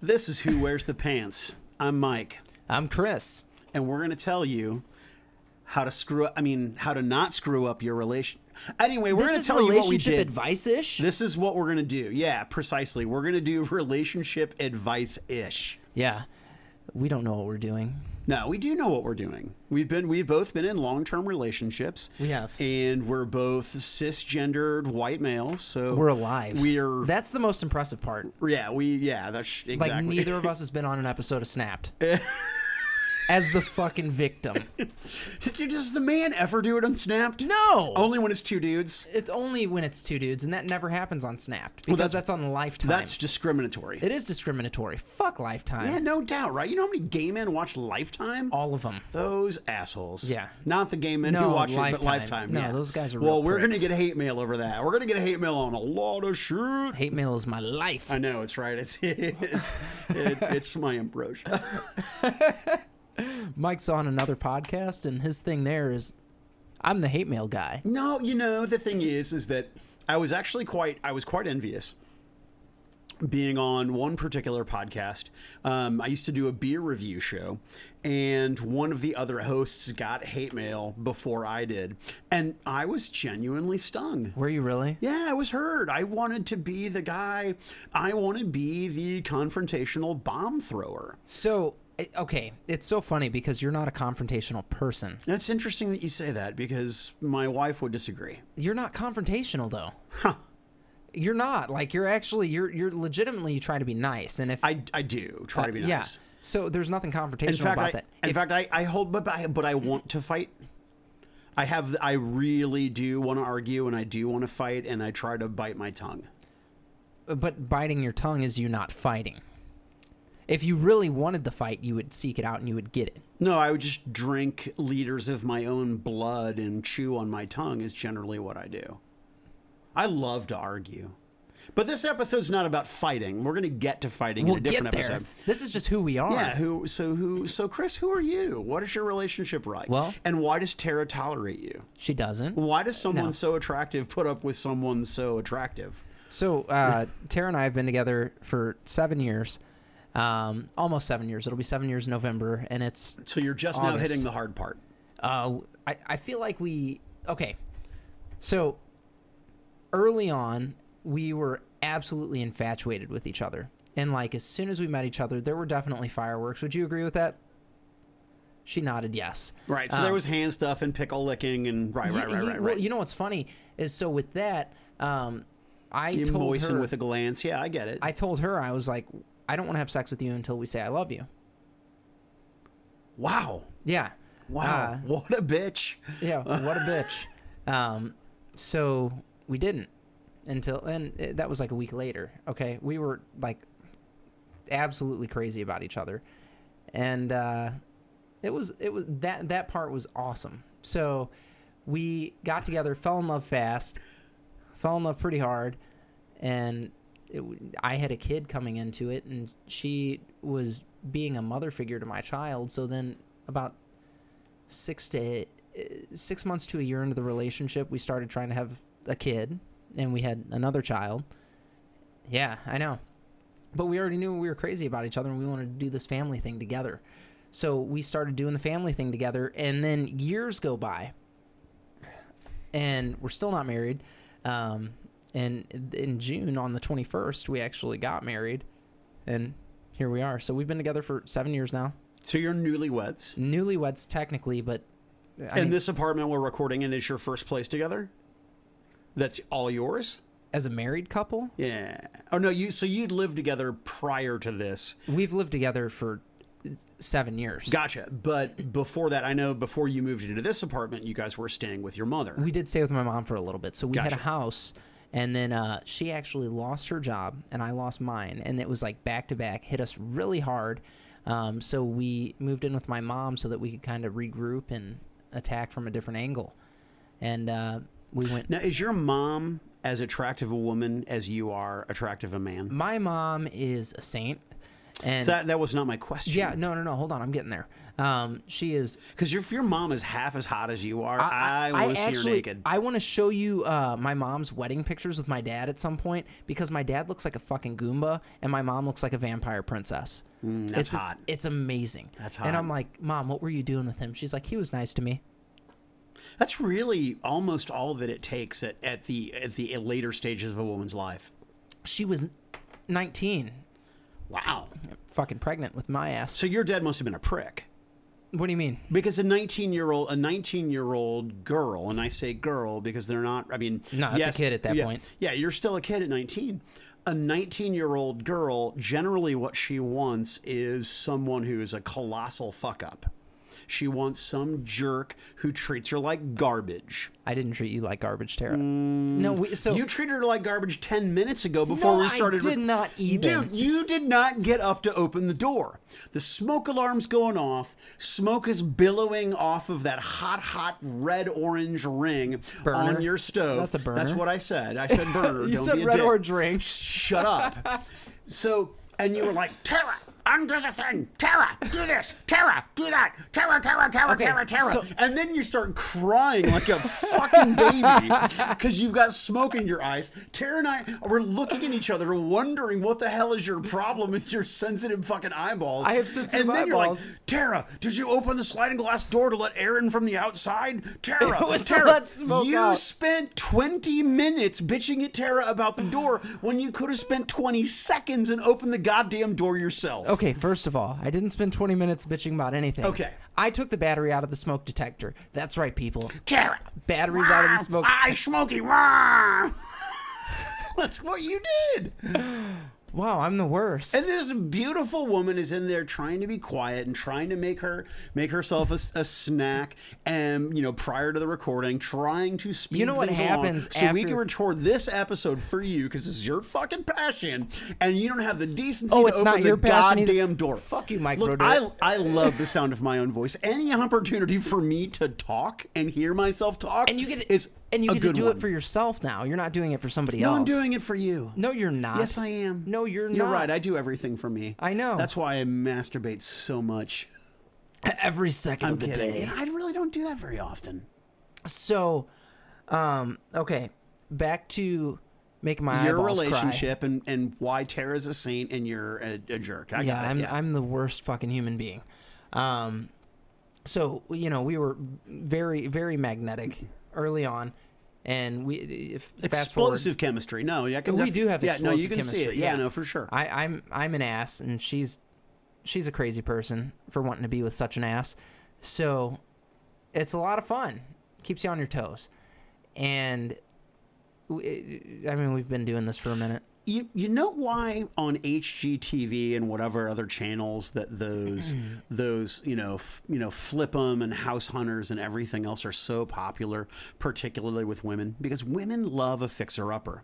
This is Who Wears the Pants. I'm Mike, I'm Chris. and we're going to tell you how to screw up, I mean, how to not screw up your relation. Anyway, we're this going to is tell you what we relationship did. advice ish. This is what we're going to do. Yeah, precisely. We're going to do relationship advice ish. Yeah, we don't know what we're doing. No, we do know what we're doing. We've been we've both been in long-term relationships. We have. And we're both cisgendered white males, so We're alive. We're That's the most impressive part. yeah, we yeah, that's exactly. Like neither of us has been on an episode of Snapped. As the fucking victim. Dude, does the man ever do it on Snapped? No. Only when it's two dudes. It's only when it's two dudes, and that never happens on Snapped because that's- that's, on Lifetime. That's discriminatory. it is discriminatory. Fuck Lifetime. yeah, no doubt, right? You know how many gay men watch Lifetime? All of them. Those assholes. Yeah. Not the gay men who No, watch it, but Lifetime. Lifetime. No, yeah. those guys are Well, real we're gonna pricks. get hate mail over that. We're gonna get hate mail on a lot of shit. Hate mail is my life. I know it's right. It's it's it, it's my ambrosia. Mike's on another podcast, and his thing there is, I'm the hate mail guy. No, you know the thing is, is that I was actually quite I was quite envious being on one particular podcast. Um, I used to do a beer review show, and one of the other hosts got hate mail before I did, and I was genuinely stung. Were you really? Yeah, I was hurt. I wanted to be the guy. I want to be the confrontational bomb thrower. So, i- okay, it's so funny because you're not a confrontational person. That's interesting that you say that because my wife would disagree. You're not confrontational though. You're not. Like you're actually you're you're legitimately trying to be nice and if I, I do try to be Uh, yeah. nice. So there's nothing confrontational In fact, about I, that. in fact, I, I hold, but I, but I want to fight. I have, I really do want to argue, and I do want to fight, and I try to bite my tongue. But biting your tongue is you not fighting. If you really wanted the fight, you would seek it out and you would get it. No, I would just drink liters of my own blood and chew on my tongue. Is generally what I do. I love to argue, but this episode's not about fighting. We're gonna get to fighting We'll in a get different there. episode. This is just who we are. Yeah. Who? So who? So Chris, who are you? What is your relationship like? Well- and why does Tara tolerate you? She doesn't. Why does someone No. so attractive put up with someone so attractive? So uh, Tara and I have been together for seven years, um, almost seven years. It'll be seven years in November, and it's So you're just now August. hitting the hard part. Uh, I, I feel like we okay. So early on, we were absolutely infatuated with each other, and like as soon as we met each other, there were definitely fireworks. Would you agree with that? She nodded yes. Right. So there was hand stuff and pickle licking and right, right, You- right, you- right, Well, right. you know what's funny is so with that, um, I You, told moisten her with a glance. Yeah, I get it. I told her I was like, I don't want to have sex with you until we say I love you. wow. Yeah. Wow. Uh, what a bitch. Yeah, what a bitch. Um, so we didn't until, and it, that was like a week later. Okay, we were like absolutely crazy about each other, and uh, it was it was that that part was awesome. So we got together, fell in love fast, fell in love pretty hard, and it, w- I had a kid coming into it, and she was being a mother figure to my child. So then about six to uh, six months to a year into the relationship, we started trying to have a kid, and we had another child. Yeah, I know, but we already knew we were crazy about each other, and we wanted to do this family thing together. So we started doing the family thing together, and then years go by, and we're still not married. Um, and in June on the twenty first, we actually got married, and here we are. So we've been together for seven years now, So you're newlyweds. newlyweds technically, but. I and mean- this apartment we're recording in is your first place together? That's all yours? as a married couple, Yeah. Oh no, you so you'd lived together prior to this. we've lived together for seven years. Gotcha. But before that, I know before you moved into this apartment, you guys were staying with your mother. we did stay with my mom for a little bit, so we had Gotcha. a house, and then uh, she actually lost her job, and I lost mine, and it was like back to back, hit us really hard. Um, so we moved in with my mom so that we could kind of regroup and attack from a different angle, and uh, we went. Now, is your mom as attractive a woman as you are attractive a man? My mom is a saint. And So that, that was not my question. yeah, no, no, no. Hold on, I'm getting there. Um, she is. Because if your mom is half as hot as you are, I, want to see her actually- naked. I want to show you uh, my mom's wedding pictures with my dad at some point because my dad looks like a fucking Goomba and my mom looks like a vampire princess. Mm, that's it's, hot. It's amazing. That's And hot. I'm like, Mom, what were you doing with him? She's like, he was nice to me. That's really almost all that it takes at, at the at the later stages of a woman's life. She was 19, Wow. fucking pregnant with my ass. So your dad must have been a prick. What do you mean? Because a 19 year old, a 19 year old girl, and I say girl because they're not, I mean, No, it's a yes, kid at that yeah, point. Yeah, you're still a kid at 19. A 19 year old girl, generally what she wants is someone who is a colossal fuck up. She wants some jerk who treats her like garbage. I didn't treat you like garbage, Tara. no, we, so Mm, You treated her like garbage 10 minutes ago before No, we started. I did not even. Dude, you did not get up to open the door. The smoke alarm's going off. Smoke is billowing off of that hot, hot red orange ring Burner. on your stove. That's a burner. That's what I said. I said burner. You Don't said be a red dick. orange ring. Shut up. so, and you were like, Tara, undo the thing. Tara, do this. Tara, do that. Tara, Tara, Tara, Okay, Tara, Tara. so- and then you start crying like a fucking baby because you've got smoke in your eyes. Tara and I were looking at each other, wondering what the hell is your problem with your sensitive fucking eyeballs. I have sensitive and then eyeballs. You're like, Tara, did you open the sliding glass door to let air in from the outside? Tara, It was to Tara, let smoke you out. spent 20 minutes bitching at Tara about the door when you could have spent 20 seconds and opened the goddamn door yourself. Okay, first of all, I didn't spend 20 minutes bitching about anything. Okay. I took the battery out of the smoke detector. That's right, people. Tara, Batteries out of the smoke. I smoky. rah. That's what you did. Wow, I'm the worst. And this beautiful woman is in there trying to be quiet and trying to make her make herself a, a snack. And you know, prior to the recording, trying to speed You know what things along happens so we after- can record this episode for you because it's your fucking passion, and you don't have the decency. Oh, to it's open not the your passion either. goddamn door. Fuck you, Mike Look, I Brodeur. I love the sound of my own voice. Any opportunity for me to talk and hear myself talk, And you get to, is and you a get to good do one. it for yourself now. You're not doing it for somebody No, else. I'm doing it for you. No, you're not. Yes, I am. No, you're You're not. right. I do everything for me. I know. That's why I masturbate so much. Every 2nd I'm of the kidding. day. And I really don't do that very often. So, um, okay, back to making my Your eyeballs relationship and, and why Tara's a saint and you're a, a jerk. I Cry. Yeah, got it. I'm yeah. I'm the worst fucking human being. Um, so you know we were very very magnetic early on, and we if fast forward, explosive chemistry. No, yeah, I can We def- do have yeah, no, you explosive can see it. chemistry, Yeah, yeah. no, for sure. I, I'm I'm an ass, and she's she's a crazy person for wanting to be with such an ass. So it's a lot of fun. Keeps you on your toes, and we, I mean we've been doing this for a minute. you, you know why on HGTV and whatever other channels that those those you know f- you know flip 'em and house hunters and everything else are so popular, particularly with women, because women love a fixer upper.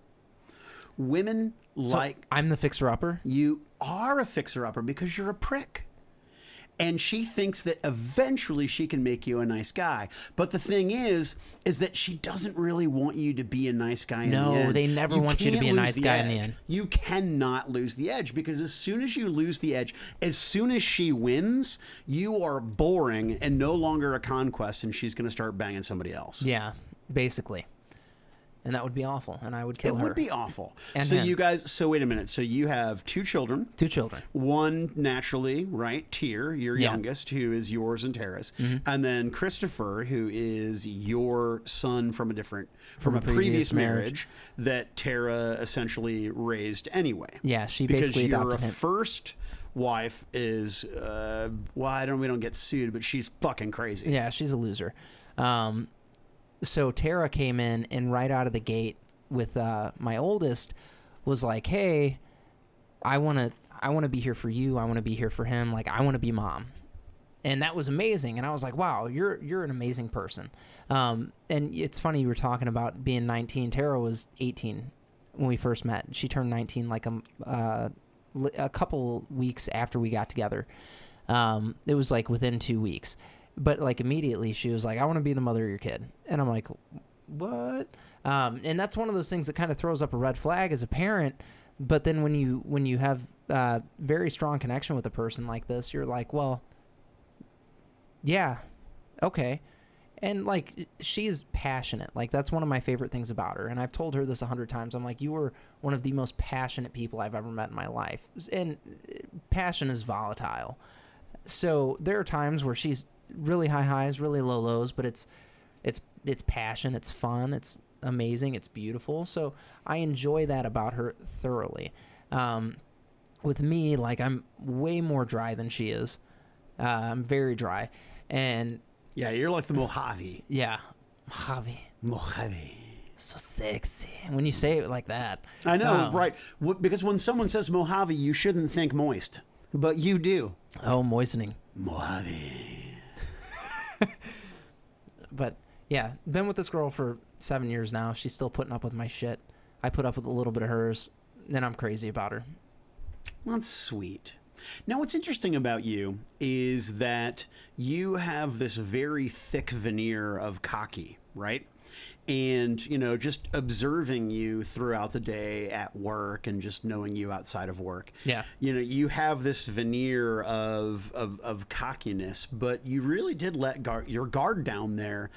Women like I'm the fixer upper. you are a fixer upper because you're a prick. And she thinks that eventually she can make you a nice guy. But the thing is, is that she doesn't really want you to be a nice guy in No, the end. they never want you to can't be a lose nice guy in the edge. end. You cannot lose the edge because as soon as you lose the edge, as soon as she wins, you are boring and no longer a conquest and she's going to start banging somebody else. Yeah, basically, and that would be awful, and I would kill It her. would be awful. And so him. you guys, so wait a minute. So you have two children. Two children. One naturally, right? Tyr, your Yeah. youngest, who is yours and Tara's, and then Christopher, who is your son from a different from, a, previous, marriage, that Tara essentially raised anyway. Yeah, she because basically your adopted him. first wife is uh, well, I don't we don't get sued, but she's fucking crazy. Yeah, she's a loser. Um, so Tara came in and right out of the gate with uh, my oldest was like, "Hey, I want to I want to be here for you. I want to be here for him. Like I want to be mom." And that was amazing. And I was like, "Wow, you're you're an amazing person." Um, and it's funny you were talking about being 19. Tara was 18 when we first met. She turned 19 like a m- uh, li- a couple weeks after we got together. Um, it was like within two weeks. But like immediately, she was like, "I want to be the mother of your kid," and I'm like, "What?" Um, and that's one of those things that kind of throws up a red flag as a parent. But then when you when you have uh, very strong connection with a person like this, you're like, well, yeah, okay. And like, she's passionate. Like, that's one of my favorite things about her. And I've told her this a hundred times. I'm like, you were one of the most passionate people I've ever met in my life. And uh, passion is volatile. So there are times where she's really high highs, really low lows, but it's, it's, it's passion. It's fun. It's amazing. It's beautiful. So I enjoy that about her thoroughly. Um, with me, like I'm way more dry than she is. Uh, I'm very dry, and Yeah, you're like the Mojave. yeah, Javi, Mojave. so sexy. When you say it like that, I know, Um, right? Wh- Because when someone says Mojave, you shouldn't think moist, but you do. Oh, moistening. Mojave. But yeah, been with this girl for seven years now. She's still putting up with my shit. I put up with a little bit of hers. Then I'm crazy about her. That's sweet. Now, what's interesting about you is that you have this very thick veneer of cocky, right? And, you know, just observing you throughout the day at work and just knowing you outside of work. Yeah. You know, you have this veneer of, of, of cockiness, but you really did let guard, your guard down there.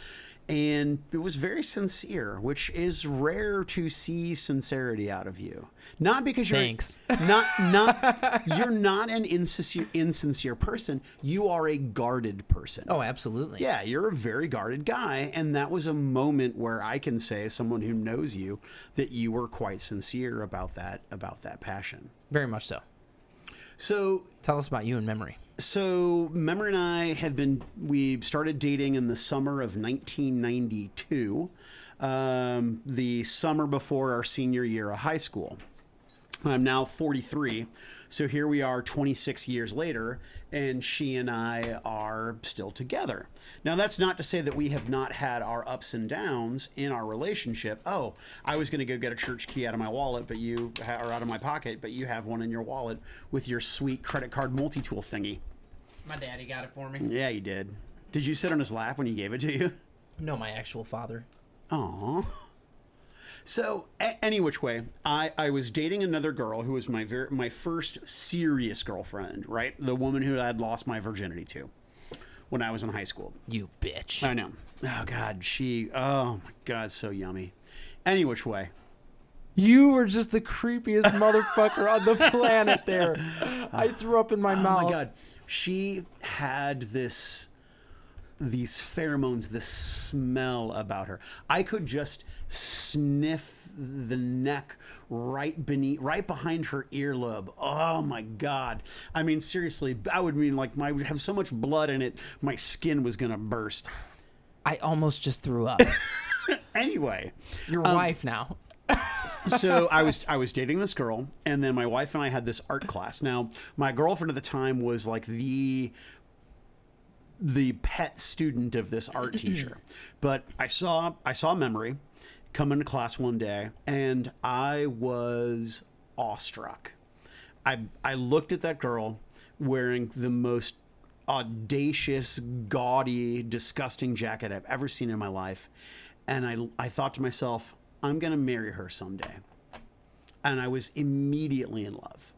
And it was very sincere, which is rare to see sincerity out of you. Not because you're Thanks. not not you're not an insincere insincere person you are a guarded person Oh, absolutely. yeah you're a very guarded guy and that was a moment where i can say as someone who knows you that you were quite sincere about that about that passion Very much so. so Tell us about you and memory. so memory and i have been we started dating in the summer of 1992 um, the summer before our senior year of high school I'm now 43. So here we are 26 years later, and she and I are still together. Now, that's not to say that we have not had our ups and downs in our relationship. Oh, I was going to go get a church key out of my wallet, but you ha- or out of my pocket, but you have one in your wallet with your sweet credit card multi tool thingy. My daddy got it for me. Yeah, you did. Did you sit on his lap when he gave it to you? No, my actual father. Aw. So, a- any which way, I, I was dating another girl who was my ver- my first serious girlfriend, right? The woman who I had lost my virginity to when I was in high school. You bitch. I know. Oh, God. She, oh, my God, so yummy. Any which way. You were just the creepiest motherfucker on the planet there. I threw up in my Oh, mouth. my God. She had this, these pheromones, this smell about her. I could just sniff the neck right beneath, right behind her earlobe. Oh my God. I mean, seriously, I would mean like my, I would have so much blood in it, my skin was going to burst. I almost just threw up. Anyway, Your wife now. so I was I was dating this girl, and then my wife and I had this art class. Now my girlfriend at the time was like the the pet student of this art teacher, but I saw I saw memory come into class one day, and I was awestruck. I I looked at that girl wearing the most audacious, gaudy, disgusting jacket I've ever seen in my life, and I I thought to myself, I'm gonna marry her someday, and I was immediately in love.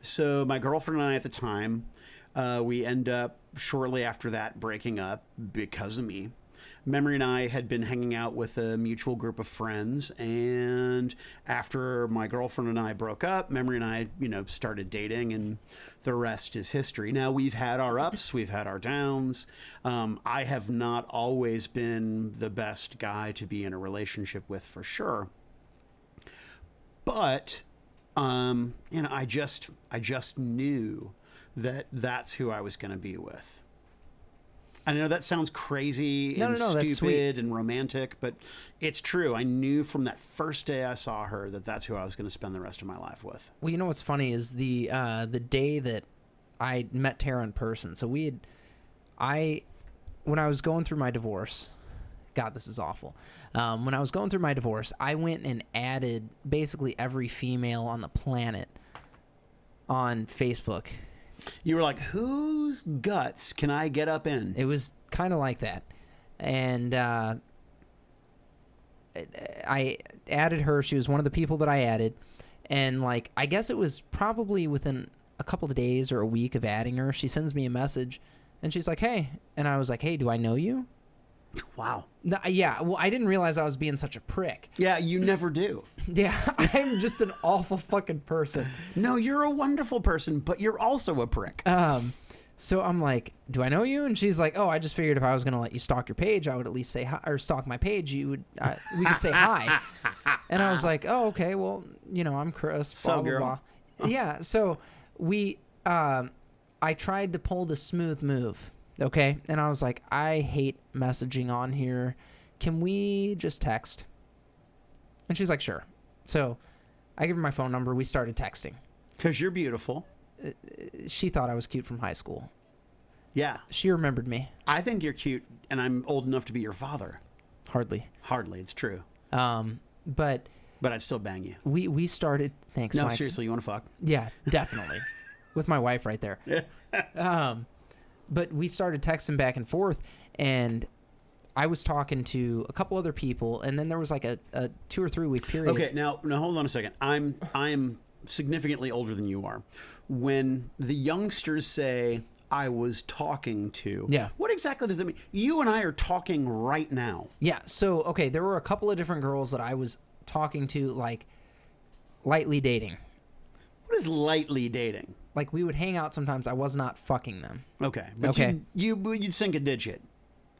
So my girlfriend and I at the time, uh, we end up shortly after that breaking up because of me. Memory and I had been hanging out with a mutual group of friends, and after my girlfriend and I broke up, Memory and I, you know, started dating, and the rest is history. Now we've had our ups, we've had our downs. Um, I have not always been the best guy to be in a relationship with, for sure but um you know i just i just knew that that's who i was going to be with i know that sounds crazy No, and no, no, that's stupid and romantic but it's true i knew from that first day i saw her that that's who i was going to spend the rest of my life with Well, you know what's funny is the uh, the day that I met Tara in person. So we had, I, when I was going through my divorce, God, this is awful. Um, when I was going through my divorce, I went and added basically every female on the planet on Facebook. you were like whose guts can i get up in It was kind of like that, and uh, I added her. She was one of the people that I added, And like, I guess it was probably within a couple of days or a week of adding her, she sends me a message and she's like, hey. And I was like, hey, do I know you? Wow. No, yeah, well, I didn't realize I was being such a prick. Yeah, you never do. Yeah, I'm just an awful fucking person. No, you're a wonderful person, but you're also a prick. Um, so I'm like, "Do I know you?" And she's like, "Oh, I just figured if I was gonna let you stalk your page, I would at least say hi, or stalk my page. You would, I we could say hi." And I was like, "Oh, okay. Well, you know, I'm Chris. Blah Sup, blah girl? blah." Yeah. So we, um, I tried to pull the smooth move, okay, and I was like, "I hate messaging on here. Can we just text?" And she's like, "Sure." So I give her my phone number. We started texting. Because you're beautiful. She thought I was cute from high school. Yeah. She remembered me. I think you're cute, and I'm old enough to be your father. Hardly. Hardly, it's true. Um, but But I'd still bang you. we we started. Thanks, No, Mike. seriously, you want to fuck? Yeah, definitely. With my wife right there. um, but we started texting back and forth, and I was talking to a couple other people, and then there was like a, a two or three week period. Okay, now now hold on a second. I'm I'm significantly older than you are. When the youngsters say I was talking to, Yeah. what exactly does that mean? You and I are talking right now. Yeah. So okay, there were a couple of different girls that I was talking to, like lightly dating. What is lightly dating? Like we would hang out sometimes. I was not fucking them. Okay, but Okay. You, you you'd sink a digit.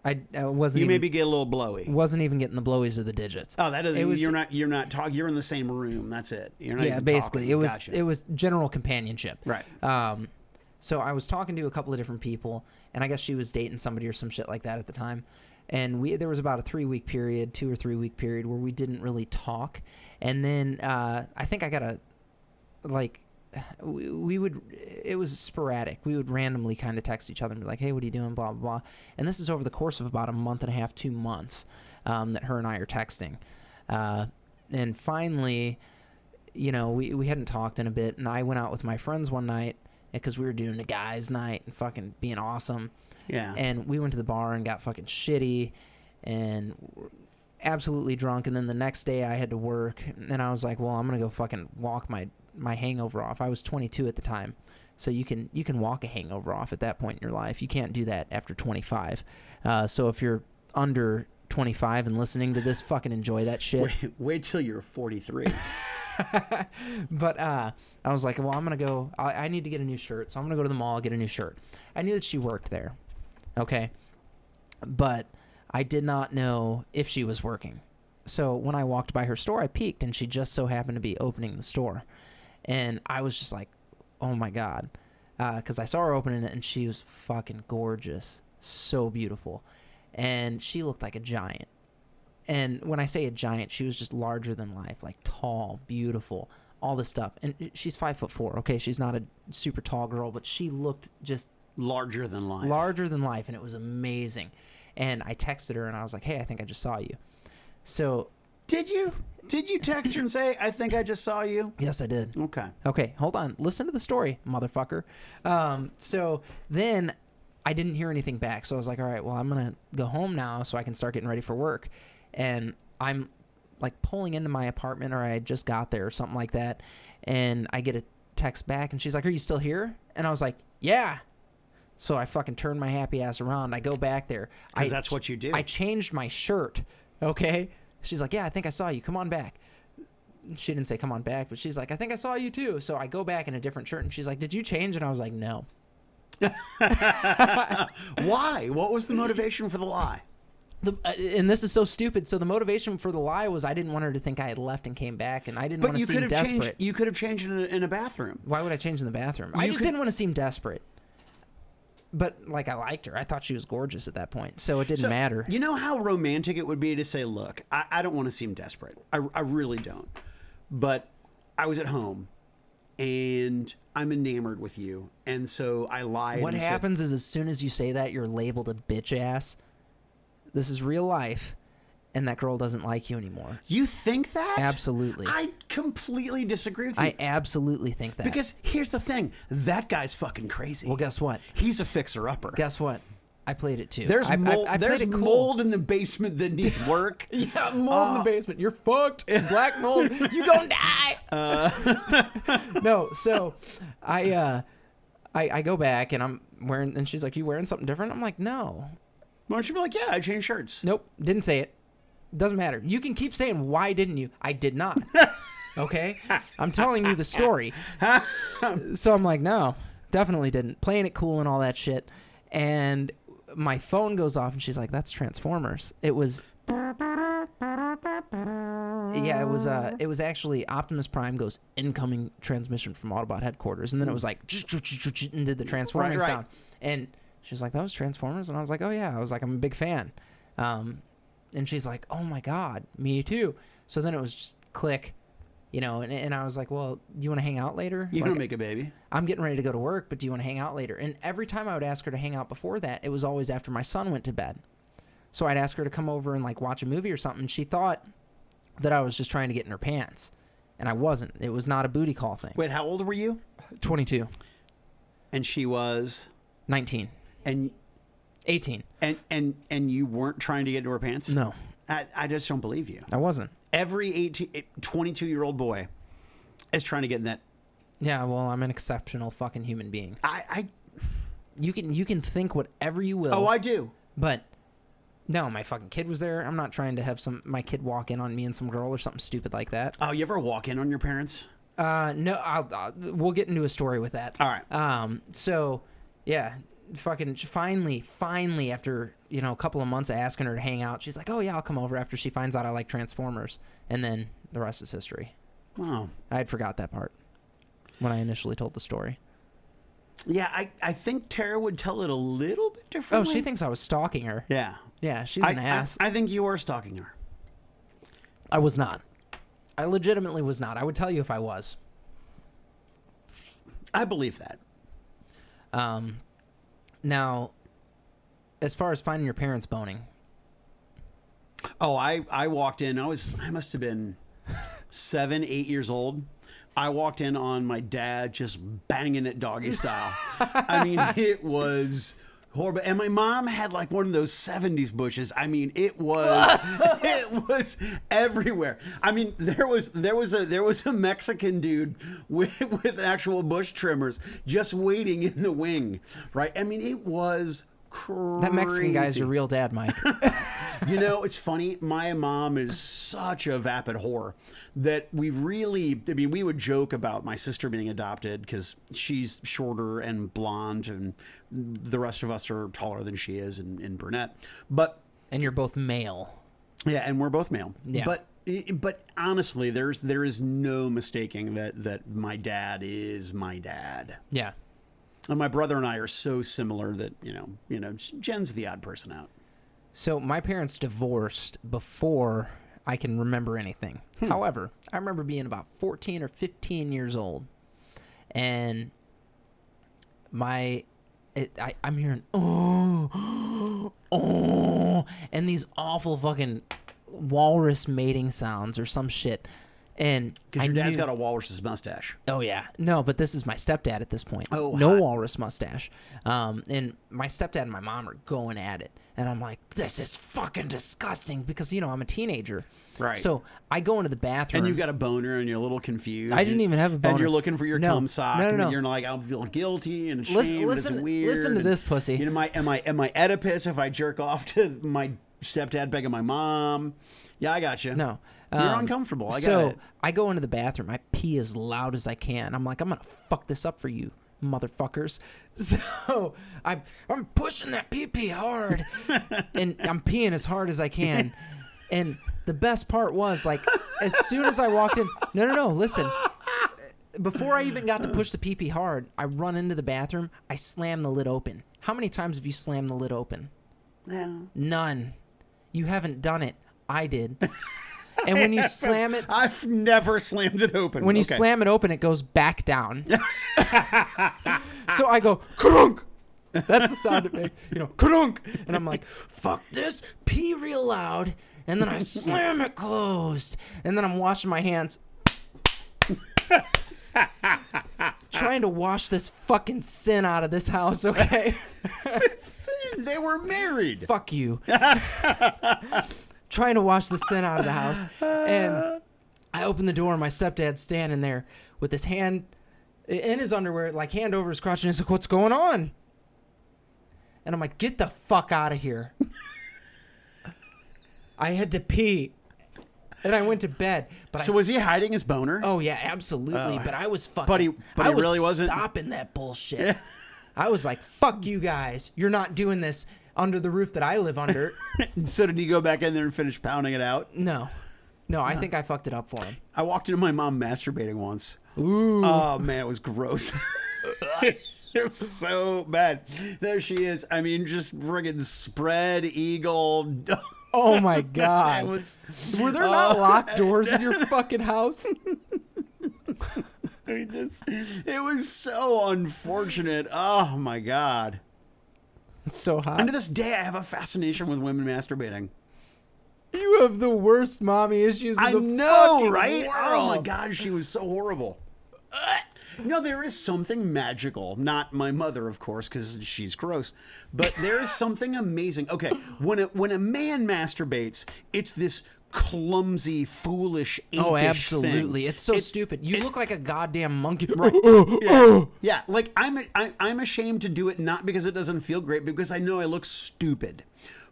I, I wasn't. You even, maybe get a little blowy. wasn't even getting the blowies of the digits. Oh, that It doesn't. was- you're not. You're not talking. You're in the same room. That's it. You're not. yeah even basically talking. it was Gotcha. it was general companionship Right. um so i was talking to a couple of different people and i guess she was dating somebody or some shit like that at the time and we there was about a three week period two or three week period where we didn't really talk and then uh i think i got a like we, we would it was sporadic we would randomly kind of text each other and be like hey what are you doing blah blah blah and this is over the course of about a month and a half two months um, that her and i are texting uh, and finally you know we, we hadn't talked in a bit and i went out with my friends one night because we were doing a guys night and fucking being awesome yeah. and we went to the bar and got fucking shitty and were absolutely drunk and then the next day i had to work and i was like well i'm gonna go fucking walk my my hangover off i was 22 at the time so you can you can walk a hangover off at that point in your life you can't do that after 25 uh, so if you're under 25 and listening to this fucking enjoy that shit wait, wait till you're 43. but uh, I was like, well, I'm gonna go. I, I need to get a new shirt, so I'm gonna go to the mall get a new shirt. I knew that she worked there, okay, but I did not know if she was working. So when I walked by her store, I peeked, and she just so happened to be opening the store, and I was just like, oh my god, because I saw her opening it, and she was fucking gorgeous, so beautiful, and she looked like a giant. And when I say a giant, she was just larger than life, like tall, beautiful, all this stuff. And she's five foot four. Okay, she's not a super tall girl, but she looked just Larger than life. larger than life, and it was amazing. And I texted her, and I was like, "Hey, I think I just saw you." So Did you? Did you text her and say, I think I just saw you? yes, I did. Okay. Okay, hold on. Listen to the story, motherfucker. Um, so then I didn't hear anything back. So I was like, all right, well, I'm going to go home now so I can start getting ready for work. And I'm like pulling into my apartment or I had just got there or something like that. And I get a text back and she's like, are you still here? And I was like, yeah. So I fucking turn my happy ass around. I go back there. I- Because that's what you do. I changed my shirt. Okay. She's like, yeah, I think I saw you. Come on back. She didn't say come on back, but she's like, I think I saw you too. So I go back in a different shirt and she's like, did you change? And I was like, no. Why? What was the motivation for the lie? The, uh, and this is so stupid. So the motivation for the lie was I didn't want her to think I had left and came back, and I didn't But want to you could seem have desperate. changed. You could have changed in a, in a bathroom. Why would I change in the bathroom? I You just could- didn't want to seem desperate. But like I liked her. I thought she was gorgeous at that point, so it didn't So, matter. You know how romantic it would be to say, "Look, I, I don't want to seem desperate. I, I really don't. But I was at home, and I'm enamored with you, and so I lied." What and said- happens is as soon as you say that, you're labeled a bitch ass. This is real life, and that girl doesn't like you anymore. you think that? Absolutely. I completely disagree with you. I absolutely think that. because here's the thing: that guy's fucking crazy. well, guess what? He's a fixer-upper. Guess what? I played it too. There's I, I- mold. I played there's it cool. mold in the basement that needs work. Uh, Yeah, mold in the basement. You're fucked. Black mold. You gonna die? Uh, no, so I uh I, I go back and I'm wearing and she's like, You wearing something different? I'm like, No. Why don't you be like, yeah, I changed shirts? Nope, didn't say it. Doesn't matter. You can keep saying why didn't you? I did not. Okay? I'm telling you the story. so I'm like, no, definitely didn't. Playing it cool and all that shit. And my phone goes off and she's like, That's Transformers. It was yeah, it was uh it was actually Optimus Prime goes incoming transmission from Autobot headquarters and then it was like and did the transforming Right, right. sound. And she was like, That was Transformers and I was like, Oh yeah, I was like, I'm a big fan. Um and she's like, Oh my god, me too. So then it was just click, you know, and, and I was like, Well, do you wanna hang out later? You Like, don't make a baby. I'm getting ready to go to work, but do you want to hang out later? And every time I would ask her to hang out before that, it was always after my son went to bed. So I'd ask her to come over and like watch a movie or something. She thought that I was just trying to get in her pants, and I wasn't. It was not a booty call thing. Wait, how old were you? 22, And she was, 19, and 18. and and and you weren't trying to get into her pants. No, I, I just don't believe you. I wasn't. Every 18, 22 year old boy is trying to get in that. Yeah, well, I'm an exceptional fucking human being. I, I You can you can think whatever you will. oh, I do. But no, my fucking kid was there. I'm not trying to have some my kid walk in on me and some girl or something stupid like that. Oh, you ever walk in on your parents? Uh, no, I'll, I'll, we'll get into a story with that. All right. Um, so yeah, fucking finally, finally, after you know a couple of months of asking her to hang out, she's like, "Oh yeah, I'll come over." After she finds out I like Transformers, and then the rest is history. Oh, I had forgot that part when I initially told the story. yeah. I, I think Tara would tell it a little bit Oh, differently. she thinks I was stalking her. Yeah. Yeah, she's I, an I- ass. I think you are stalking her. I was not. I legitimately was not. I would tell you if I was. I believe that. Um, now, as far as finding your parents boning, Oh, I, I walked in. I was I must have been seven, eight years old. I walked in on my dad just banging it doggy style. I mean, it was horrible. And my mom had like one of those '70s bushes. I mean, it was it was everywhere. I mean, there was there was a there was a Mexican dude with with actual bush trimmers just waiting in the wing, right? I mean, it was. Crazy. that Mexican guy's your real dad, Mike. You know, it's funny. My mom is such a vapid whore that we really, I mean, we would joke about my sister being adopted because she's shorter and blonde, and the rest of us are taller than she is and, and brunette. But and you're both male. yeah, and we're both male. Yeah. But eh, but honestly, there's there is no mistaking that that my dad is my dad. Yeah. And my brother and I are so similar that you know you know Jen's the odd person out. So my parents divorced before I can remember anything. Hmm. However, I remember being about 14 or 15 years old, and my, it, I, I'm hearing oh, oh, and these awful fucking walrus mating sounds or some shit, and Because your I dad's knew- got a walrus's mustache. Oh yeah, no, but this is my stepdad at this point. Oh, no hot. walrus mustache. Um, and my stepdad and my mom are going at it, and I'm like, this is fucking disgusting because you know I'm a teenager, Right. So I go into the bathroom. And you've got a boner and you're a little confused. I didn't even have a And boner. you're looking for your No. cum sock. No, no, no. And you're like, I feel guilty and ashamed. Listen- and listen- it's weird. listen to and, this pussy. You know, my, am I am I Oedipus if I jerk off to my stepdad begging my mom? Yeah, I got you. no, You're um, uncomfortable. I got so it. I go into the bathroom. I pee as loud as I can. I'm like, I'm gonna fuck this up for you, motherfuckers. So I'm I'm pushing that pee pee hard, and I'm peeing as hard as I can. And the best part was like, as soon as I walked in, no no no, listen. Before I even got to push the pee pee hard, I run into the bathroom. I slam the lid open. How many times have you slammed the lid open? Yeah. None. You haven't done it. I did. And when you slam it I've never slammed it open. when you Okay. slam it open, it goes back down. so I go krunk. That's the sound it makes, you know, krunk. And I'm like, fuck this, pee real loud, and then I slam it closed, and then I'm washing my hands, trying to wash this fucking sin out of this house. Okay, they were married. fuck you. trying to wash the sin out of the house, and I I opened the door, and my stepdad's standing there with his hand in his underwear, like hand over his crotch, and he's like, "What's going on?" And I'm like, "Get the fuck out of here!" I had to pee, and I went to bed. But So I was he hiding his boner? Oh yeah, absolutely. but I was fucking. But he- but I he was really wasn't? stopping that bullshit. I was like, "Fuck you guys! You're not doing this under the roof that I live under." So did he go back in there and finish pounding it out? no, no, I think I fucked it up for him. I walked into my mom masturbating once. Ooh, Oh man, it was gross. It's so bad. There she is. I mean, just friggin' spread eagle. oh my It god! was Oh. Were there not locked doors in your fucking house? I mean, just- it was so unfortunate. Oh my god. It's so And to hot. this day, I have a fascination with women masturbating. You have the worst mommy issues. In I the know, fucking right? Oh my world. god, she was so horrible. No, there is something magical. Not my mother, of course, because she's gross. But there is something amazing. Okay, when a, when a man masturbates, it's this clumsy, foolish. Oh, apish absolutely. thing. It's so stupid. You look like a goddamn monkey. Oh, Yeah, like I'm I, I'm ashamed to do it not because it doesn't feel great, because I know I look stupid,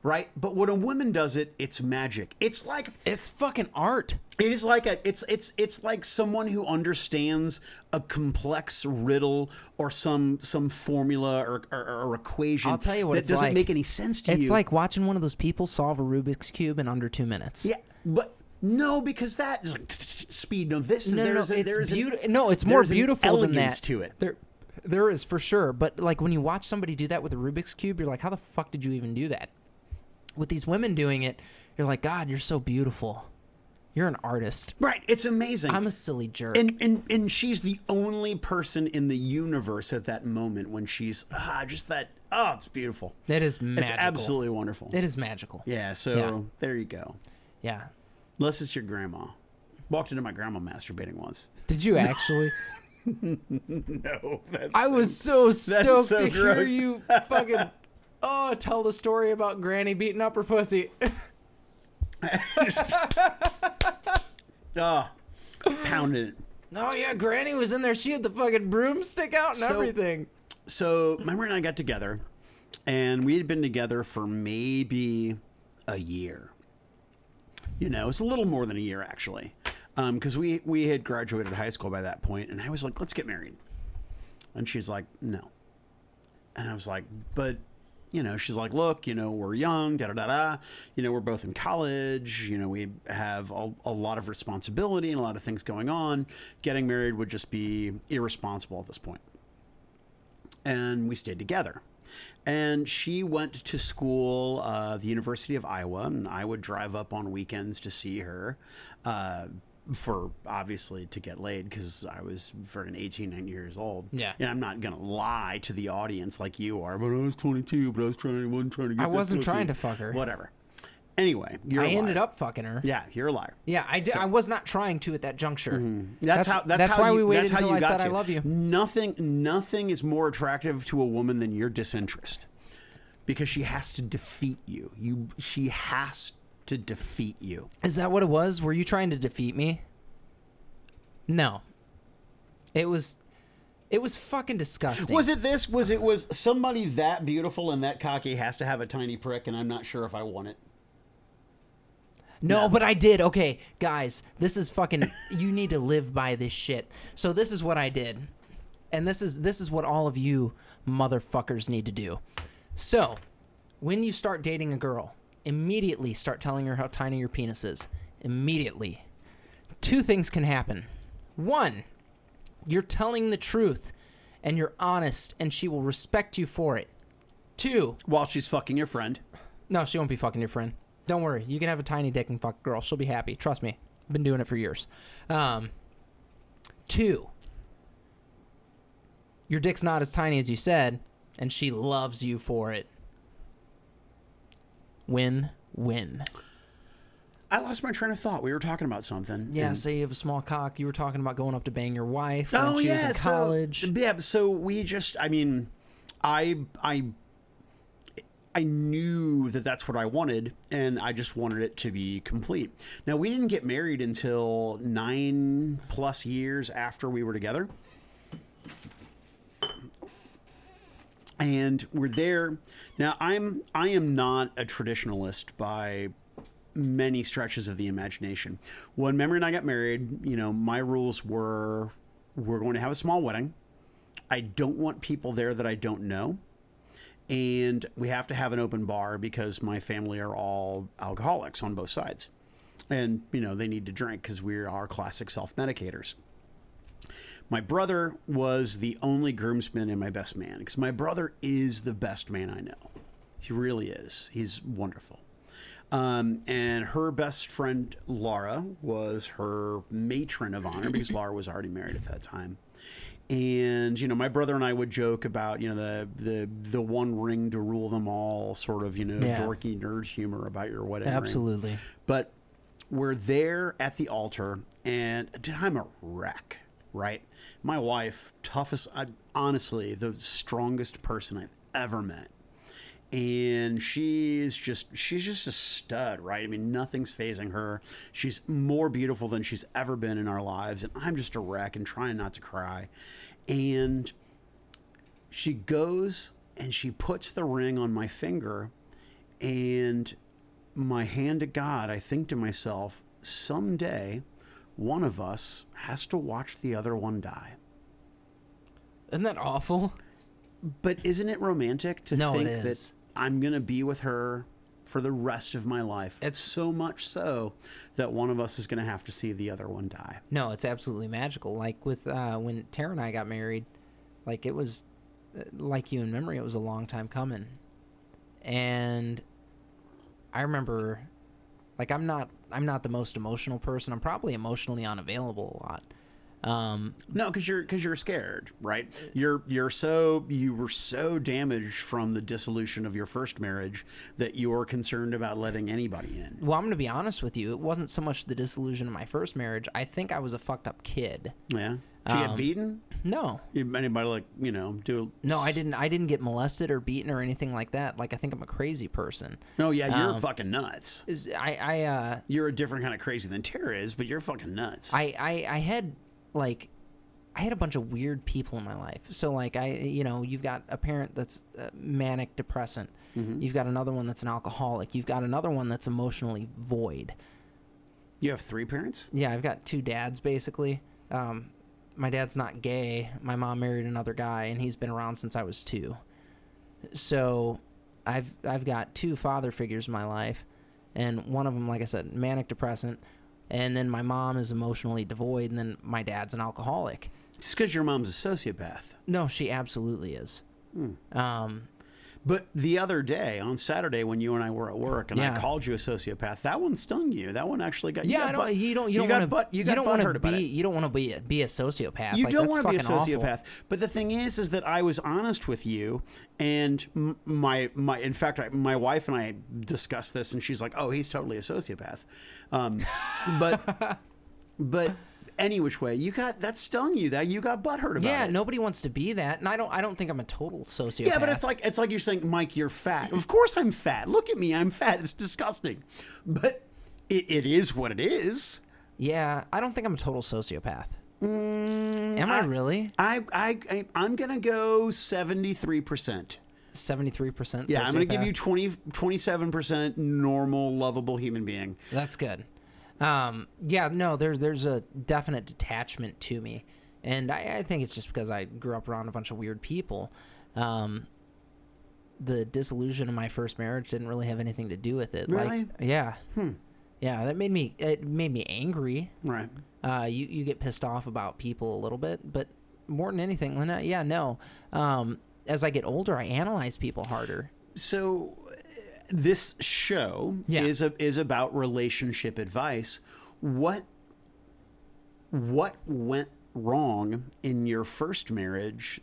right? But when a woman does it, it's magic. It's like It's fucking art. it is like a it's it's it's like someone who understands a complex riddle or some some formula or or, or equation. I'll tell you what that it's doesn't like. make any sense to you. It's like watching one of those people solve a Rubik's cube in under two minutes. yeah, but no, because that is like speed. No, this is no, no, no, there's it's a, there's an- beautiful. No, it's more there's an beautiful than that. elegance to it. There, there is for sure. But like when you watch somebody do that with a Rubik's cube, you're like, how the fuck did you even do that? With these women doing it, you're like, God, you're so beautiful. You're an artist. right. It's amazing. I'm a silly jerk. and, and and she's the only person in the universe at that moment when she's ah just that oh it's beautiful it is magical. it's absolutely wonderful It is magical. Yeah. yeah so Yeah. there you go unless it's your grandma walked into my grandma masturbating once Did you actually? no that's I was so stoked so to hear gross. you fucking. Oh, tell the story about Granny beating up her pussy. ah pounded it Oh yeah, Granny was in there. She had the fucking broomstick out and So- everything. so my mother and I got together, and we had been together for maybe a year. You know, it's a little more than a year actually, because we we had graduated high school by that point, and I was like, "Let's get married," and she's like, "No," and I was like, "But." You know, she's like, look, you know, we're young, da da da da. You know, we're both in college. You know, we have a, a lot of responsibility and a lot of things going on. Getting married would just be irresponsible at this point and we stayed together. And she went to school, uh, the University of Iowa, and I would drive up on weekends to see her, uh, for obviously to get laid because I was for an 18, 19 years old. Yeah. and I'm not gonna lie to the audience like you are, but I was 22, but I was trying, wasn't trying to get. I that wasn't pussy." trying to fuck her. Whatever. Anyway, you're I a liar. ended up fucking her. Yeah, you're a liar. Yeah, I did. I was not trying to at that juncture. That's, how. That's, how why you, we that's waited how until you I got said to. I love you. Nothing. Nothing is more attractive to a woman than your disinterest, because she has to defeat you. You. She has to defeat you. Is that what it was? Were you trying to defeat me? No. It was. It was fucking disgusting. Was it this? Was it was somebody that beautiful and that cocky has to have a tiny prick, and I'm not sure if I want it. No, No. but I did. Okay, guys, this is fucking. you need to live by this shit. So this is what I did, and this is this is what all of you motherfuckers need to do. So, when you start dating a girl, immediately start telling her how tiny your penis is. Immediately, two things can happen. One, you're telling the truth, and you're honest, and she will respect you for it. Two, While she's fucking your friend, no, she won't be fucking your friend. Don't worry. You can have a tiny dick and fuck a girl. She'll be happy. Trust me. Been doing it for years. Um, two. Your dick's not as tiny as you said, and she loves you for it. Win, win. I lost my train of thought. We were talking about something. Yeah, and- say you have a small cock. You were talking about going up to bang your wife when Oh she yeah, was in so- college. yeah, so we just I mean I I I knew that that's what I wanted, and I just wanted it to be complete. Now, we didn't get married until nine plus years after we were together. And we're there. Now, I'm I am not a traditionalist by many stretches of the imagination. When Memory and I got married, you know, my rules were we're going to have a small wedding. I don't want people there that I don't know and we have to have an open bar because my family are all alcoholics on both sides. And, you know, they need to drink because we are classic self medicators. My brother was the only groomsman and my best man because my brother is the best man I know. He really is. He's wonderful. Um, and her best friend, Laura, was her matron of honor because Laura was already married at that time and you know my brother and I would joke about you know the the the one ring to rule them all sort of you know Yeah. dorky nerd humor about your wedding ring. Absolutely. but we're there at the altar and dude, I'm a wreck right my wife toughest I, honestly the strongest person I've ever met and she's just she's just a stud right i mean nothing's phasing her she's more beautiful than she's ever been in our lives and i'm just a wreck and trying not to cry and she goes and she puts the ring on my finger and my hand to god i think to myself someday one of us has to watch the other one die Isn't that awful? but isn't it romantic to No, it think is. that I'm going to be with her for the rest of my life? It's- so much so that one of us is going to have to see the other one die. No, it's absolutely magical. Like with uh, when Tara and I got married, like it was, uh, like you in memory, it was a long time coming. And I remember, like I'm not, I'm not the most emotional person. I'm probably emotionally unavailable a lot. Um, No, because you're because you're scared, right? You're you're so you were so damaged from the dissolution of your first marriage that you're concerned about letting anybody in. well, I'm gonna be honest with you. It wasn't so much the disillusion of my first marriage. I think I was a fucked up kid. Yeah, did you get Um, beaten? No, You- Anybody like you know do no, I didn't. I didn't get molested or beaten or anything like that. Like I think I'm a crazy person. No, yeah, you're Um, fucking nuts. Is I I uh You're a different kind of crazy than Tara is, but you're fucking nuts. I, I I had like I had a bunch of weird people in my life. So like I you know you've got a parent that's uh, manic depressant. You've got another one that's an alcoholic. You've got another one that's emotionally void. you have three parents. Yeah, I've got two dads basically. Um, my dad's not gay. My mom married another guy, and he's been around since I was two. So, I've I've got two father figures in my life, and one of them, like I said, manic depressant, and then my mom is emotionally devoid, and then my dad's an alcoholic. Just because your mom's a sociopath. No, she absolutely is. Hmm. Um, But the other day on Saturday when you and I were at work and I Yeah. called you a sociopath, that one stung you. That one actually got you. yeah, got I don't, butt- you don't you don't got want butt, to you, you, got don't butt want hurt to about be it. you don't want to be a, be a sociopath. You like, don't that's want to be a fucking awful. sociopath. But the thing is, is that I was honest with you, and m- my my in fact, I, my wife and I discussed this, and she's like, "Oh, he's totally a sociopath," um, but but any which way, you got that stung you. That you got butthurt about. Yeah, it. nobody wants to be that, and I don't. I don't think I'm a total sociopath. Yeah, but it's like it's like you're saying, Mike, you're Mm. fat. Of course I'm fat. Look at me, I'm fat. It's disgusting, but it, it is what it is. yeah, I don't think I'm a total sociopath. Am I, really? Mm, I I, I I'm gonna go seventy three percent. Seventy three percent. Yeah, I'm gonna give you 20, 27 percent normal, lovable human being. That's good. Um, yeah, no, there's there's a definite detachment to me, and I, I think it's just because I grew up around a bunch of weird people. Um, the disillusion of my first marriage didn't really have anything to do with it. Really? Hmm. Like, yeah, yeah, that made me it made me angry. Right. uh, you you get pissed off about people a little bit, but more than anything, Lynette, yeah, no. Um, as I get older, I analyze people harder. So uh, this show Yeah. is a, is about relationship advice. What what went wrong in your first marriage?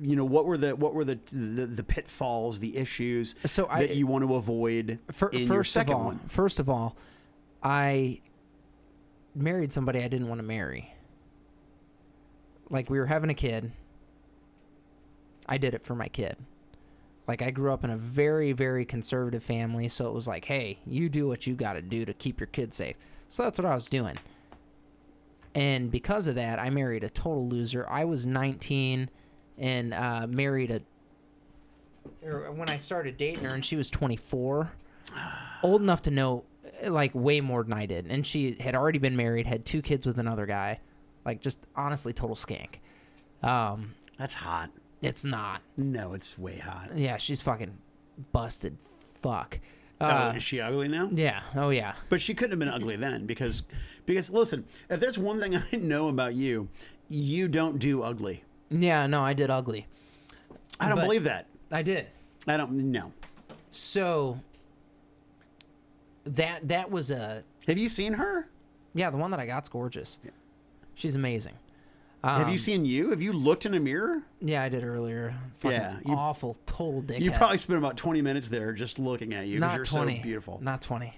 You know what were the what were the the, the pitfalls, the issues So that I- you want to avoid Fir- in first your second of all, one? first of all, I married somebody I didn't want to marry. Like we were having a kid. I did it for my kid. Like I grew up in a very very conservative family, so it was like, hey, you do what you got to do to keep your kids safe. So that's what I was doing. And because of that, I married a total loser. I was 19 and uh, married a or when I started dating her and she was 24, old enough to know eh, like way more than I did. And she had already been married, had two kids with another guy. Like just honestly total skank. Um That's hot. it's not. No, it's way hot. Yeah, she's fucking busted fuck. Uh, oh, is she ugly now? yeah. Oh yeah. But she couldn't have been ugly then because because listen, if there's one thing I know about you, you don't do ugly. Yeah, no, I did ugly. I don't But- believe that. I did. I don't no. So that that was a Have you seen her? yeah, the one that I got's gorgeous. She's amazing. have Um, you seen you? Have you looked in a mirror? Yeah, I did earlier. Fucking Yeah, you- awful, total dickhead. You probably spent about 20 minutes there just looking at you because you're so beautiful. Not 20.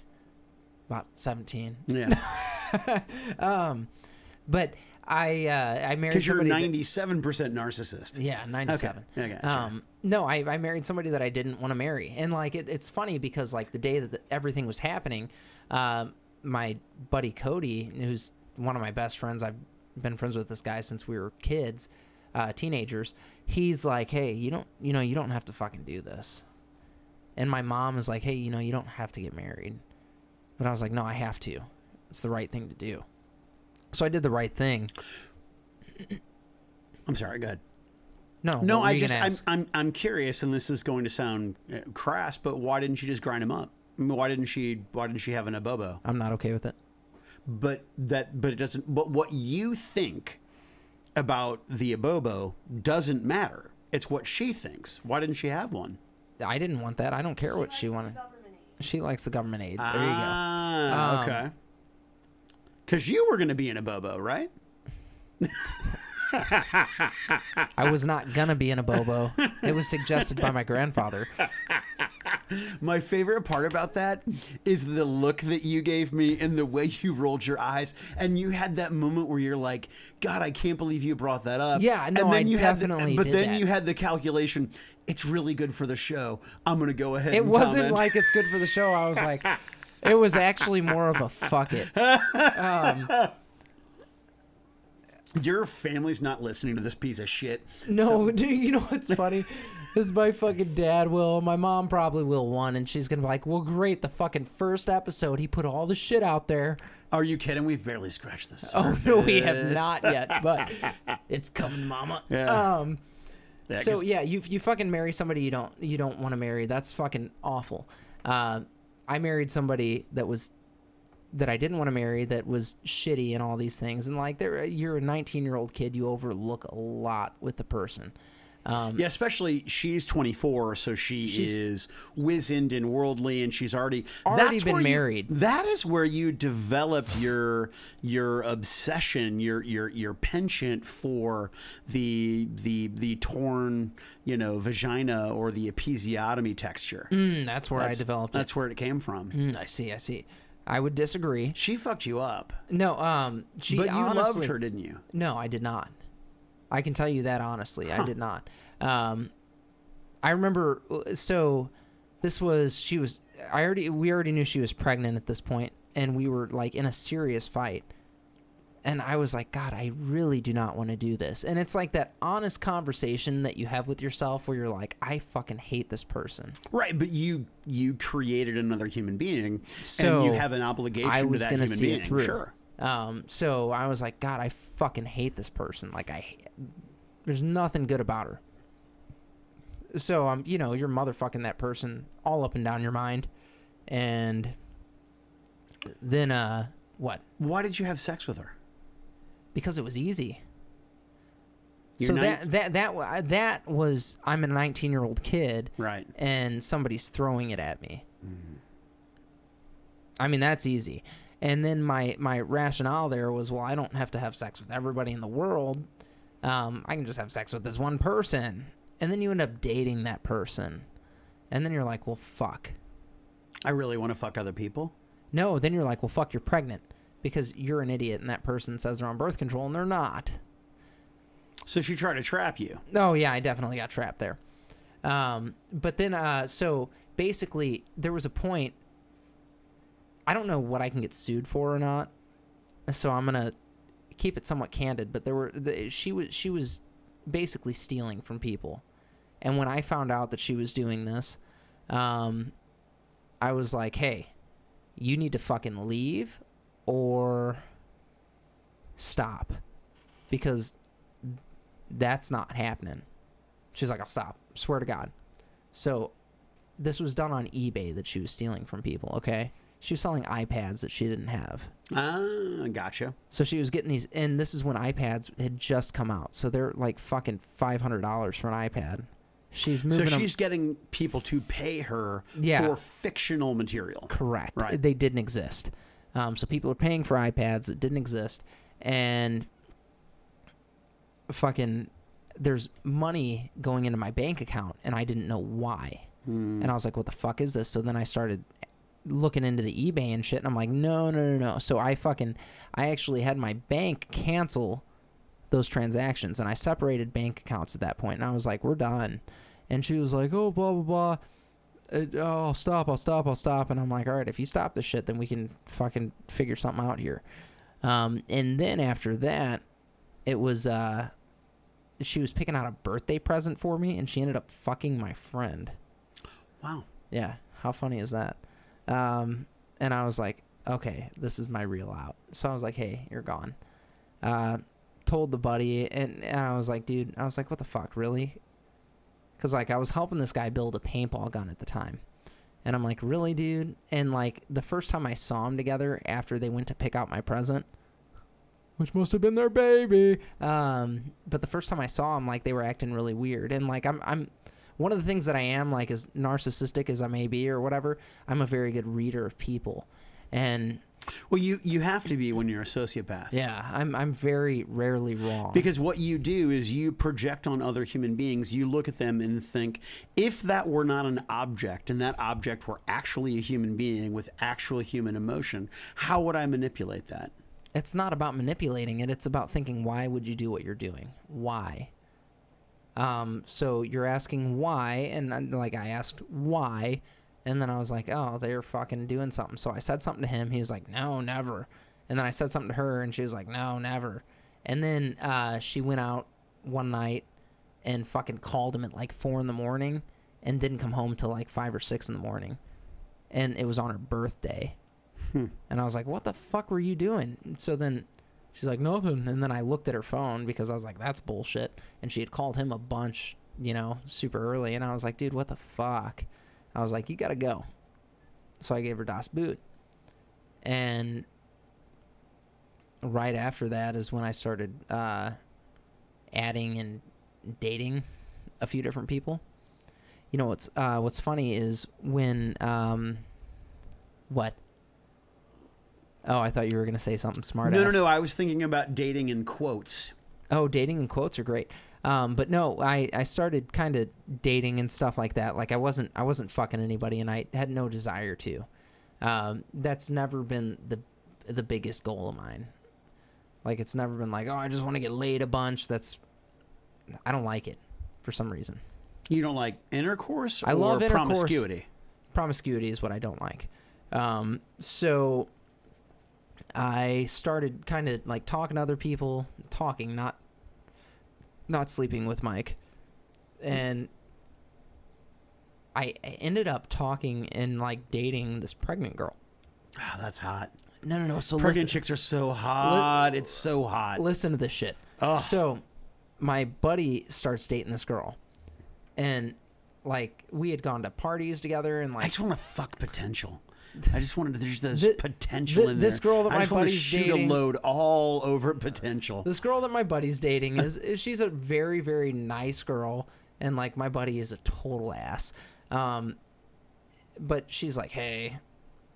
About 17. yeah. But I uh, I married Because you're a somebody that- 97% narcissist. yeah, 97. Okay, okay, sure. um, no, I, I married somebody that I didn't want to marry. And like it, it's funny because like the day that the, everything was happening, um, my buddy Cody, who's one of my best friends, I've been friends with this guy since we were kids, uh, teenagers. He's like, "Hey, you don't you know, you don't have to fucking do this." And my mom is like, "Hey, you know, you don't have to get married." But I was like, "No, I have to. It's the right thing to do." So I did the right thing. I'm sorry, go ahead. No, No, what were I you gonna just, I'm, ask? I'm, I'm curious, and this is going to sound uh, crass, but why didn't she just grind him up? I mean, why didn't she? Why didn't she have an abobo? I'm not okay with it. But that, but it doesn't. But what you think about the abobo doesn't matter. It's what she thinks. Why didn't she have one? I didn't want that. I don't care what she likes the wanted. government aid. She likes the government aid. There Ah, Um, okay. Because you were going to be in a bobo, right? you go. I was not gonna be in a bobo. it was suggested by my grandfather. My favorite part about that is the look that you gave me and the way you rolled your eyes. And you had that moment where you're like, God, I can't believe you brought that up. Yeah, and no, I you had the- definitely But did then that. you had the calculation. It's really good for the show. I'm going to go ahead It and wasn't comment." like it's good for the show. I was like, it was actually more of a fuck it. Your family's not listening to this piece of shit. No, dude, you know what's funny? Is my fucking dad will, my mom probably will one, and she's gonna be like, "Well, great, the fucking first episode, he put all the shit out there." Are you kidding? We've barely scratched the Oh surface. no, we have not yet, but it's coming, mama. Yeah. Um, Yeah, so 'cause- yeah, you you fucking marry somebody you don't you don't want to marry. That's fucking awful. Uh, I married somebody that was that I didn't want to marry that was shitty and all these things. And like, there you're a 19 year old kid, you overlook a lot with the person. Yeah, especially she's 24, so she She's- is wizened and worldly, and she's already Already that's been where you- married. that is where you developed your your obsession, your your your penchant for the the the torn you know vagina or the episiotomy texture. Mm, that's where I developed it. That's where it came from. Mm, I see, I see. I would disagree. She fucked you up, No, um, she but you honestly, loved her, didn't you? No, I did not. I can tell you that honestly. I did not. Um, I remember. So this was she was. I already we already knew she was pregnant at this point, and we were like in a serious fight. And I was like, God, I really do not want to do this. And it's like that honest conversation that you have with yourself where you're like, I fucking hate this person. Right, but you you created another human being, and So, you have an obligation I was to that gonna human see being. it through. Sure. Um, so I was like, God, I fucking hate this person. Like I, there's nothing good about her. So um, you know, you're motherfucking that person all up and down your mind, and then uh, what? Why did you have sex with her? Because it was easy. You're so nine- that that that wa- that was I'm a 19 year old kid, Right. and somebody's throwing it at me. I mean, that's easy. And then my my rationale there was, well, I don't have to have sex with everybody in the world. Um, I can just have sex with this one person. And then you end up dating that person, and then you're like, well, fuck. I really want to fuck other people. No, then you're like, well, fuck, you're pregnant because you're an idiot, and that person says they're on birth control and they're not. So she tried to trap you. Oh yeah, I definitely got trapped there. Um, but then, uh, so basically, there was a point. I don't know what I can get sued for or not, so I'm gonna keep it somewhat candid. But there were the, she was she was basically stealing from people, and when I found out that she was doing this, um, I was like, hey, you need to fucking leave or stop, because that's not happening. She's like, I'll stop. Swear to God. So this was done on eBay that she was stealing from people, okay? She was selling iPads that she didn't have. Ah, gotcha. So she was getting these, and this is when iPads had just come out. So they're like fucking five hundred dollars for an iPad. She's So moving them she's getting people to pay her Yeah. for fictional material. correct. Right. They didn't exist. Um, so people are paying for iPads that didn't exist, and fucking, there's money going into my bank account, and I didn't know why. Hmm. And I was like, "What the fuck is this?" So then I started looking into the eBay and shit, and I'm like, "No, no, no, no." So I fucking, I actually had my bank cancel those transactions, and I separated bank accounts at that point, and I was like, "We're done." And she was like, "Oh, blah blah blah." Uh, oh, I'll stop, I'll stop, I'll stop. And I'm like, all right, if you stop this shit, then we can fucking figure something out here. Um, and then after that, it was, uh, she was picking out a birthday present for me and she ended up fucking my friend. Wow. Yeah. How funny is that? Um, and I was like, okay, this is my reel out. So I was like, hey, you're gone. Uh, told the buddy, and, and I was like, dude, I was like, what the fuck, really? Because, like, I was helping this guy build a paintball gun at the time. And I'm like, really, dude? And, like, the first time I saw him together after they went to pick out my present, which must have been their baby. Um, but the first time I saw him, like, they were acting really weird. And, like, I'm, I'm, one of the things that I am like as narcissistic as I may be or whatever, I'm a very good reader of people. And Well, you you have to be when you're a sociopath. yeah, I'm I'm very rarely wrong. Because what you do is you project on other human beings, you look at them and think, if that were not an object and that object were actually a human being with actual human emotion, how would I manipulate that? it's not about manipulating it, it's about thinking why would you do what you're doing? Why? Um so you're asking why and I'm- like I asked why and then I was like, "Oh, they're fucking doing something." So I said something to him. He was like, "No, never." And then I said something to her and she was like, "No, never." And then uh she went out one night and fucking called him at like four in the morning and didn't come home till like five or six in the morning. And it was on her birthday. And I was like, what the fuck were you doing? And so then she's like, nothing. And then I looked at her phone because I was like, that's bullshit. And she had called him a bunch, you know, super early. And I was like, dude, what the fuck? I was like, you gotta go. So I gave her Das Boot. And right after that is when I started uh, adding and dating a few different people. You know what's uh, what's funny is when um, what? Oh, I thought you were gonna say something smart. No, no, no. I was thinking about dating in quotes. Oh, dating and quotes are great. Um, but no, I, I started kind of dating and stuff like that. Like I wasn't I wasn't fucking anybody, and I had no desire to. Um, that's never been the the biggest goal of mine. Like it's never been like, oh, I just want to get laid a bunch. That's I don't like it for some reason. You don't like intercourse or I love intercourse. promiscuity? promiscuity is what I don't like. Um, so I started kind of like talking to other people, talking, not not sleeping with Mike, and I ended up talking and like dating this pregnant girl. Ah, that's hot. No, no, no. So Pregnant listen, chicks are so hot. it's so hot. listen to this shit. Ugh. So my buddy starts dating this girl, and like we had gone to parties together and I like just want to fuck potential. I just wanted there's this Thi- potential thi- in there. this girl that I my just wanna buddy's shoot dating- a load all over potential. This girl that my buddy's dating is, is she's a very very nice girl, and like my buddy is a total ass. Um, but she's like, hey,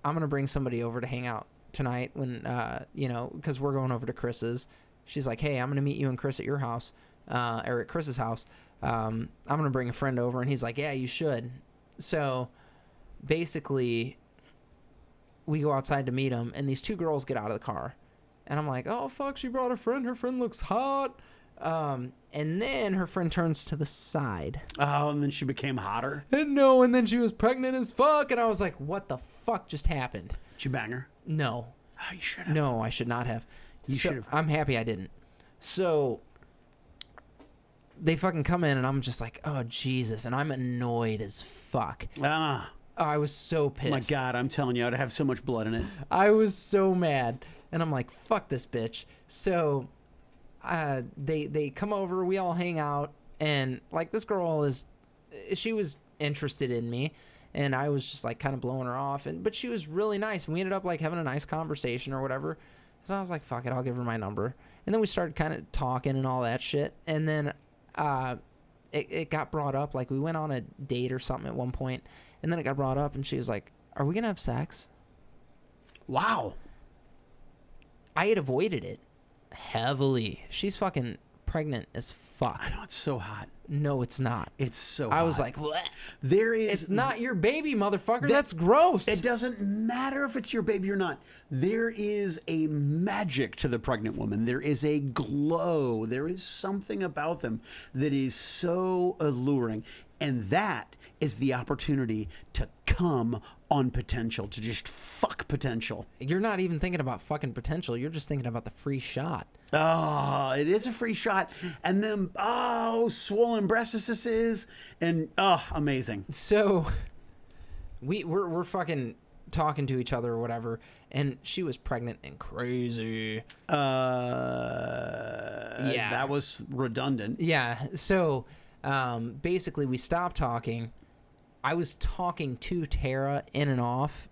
I'm gonna bring somebody over to hang out tonight when uh you know because we're going over to Chris's. She's like, hey, I'm gonna meet you and Chris at your house, uh, or at Chris's house. Um, I'm gonna bring a friend over, and he's like, yeah, you should. So basically, we go outside to meet him, and these two girls get out of the car, and I'm like, oh fuck, she brought a friend. Her friend looks hot. Um, and then her friend turns to the side. Oh, and then she became hotter. And no, and then she was pregnant as fuck. And I was like, what the fuck just happened? Did you bang her? No, Oh, you should have. no, I should not have. So- should've. I'm happy I didn't. So they fucking come in, and I'm just like, oh Jesus, and I'm annoyed as fuck. Ah, I was so pissed. my God, I'm telling you, I'd have so much blood in it. I was so mad, and I'm like, "Fuck this bitch." So, uh, they they come over, we all hang out, and like this girl is, she was interested in me, and I was just like kind of blowing her off, and but she was really nice, and we ended up like having a nice conversation or whatever. So I was like, "Fuck it, I'll give her my number," and then we started kind of talking and all that shit, and then, uh. It, it got brought up like we went on a date or something at one point and then it got brought up and she was like are we gonna have sex Wow. I had avoided it heavily. She's fucking pregnant as fuck. I know Oh, it's so hot. No, it's not. It's so. I was hot. like, what? there is. It's not your baby, motherfucker. That's gross. It doesn't matter if it's your baby or not. There is a magic to the pregnant woman. There is a glow. There is something about them that is so alluring. And that is the opportunity to come on potential, to just fuck potential. You're not even thinking about fucking potential. You're just thinking about the free shot. Oh, it is a free shot. And then, oh, swollen breasts this is. And, oh, amazing. So we we're, we're fucking talking to each other or whatever, and she was pregnant and crazy. Uh, Yeah. That was redundant. Yeah. So um, basically, we stopped talking. I was talking to Tara in and off,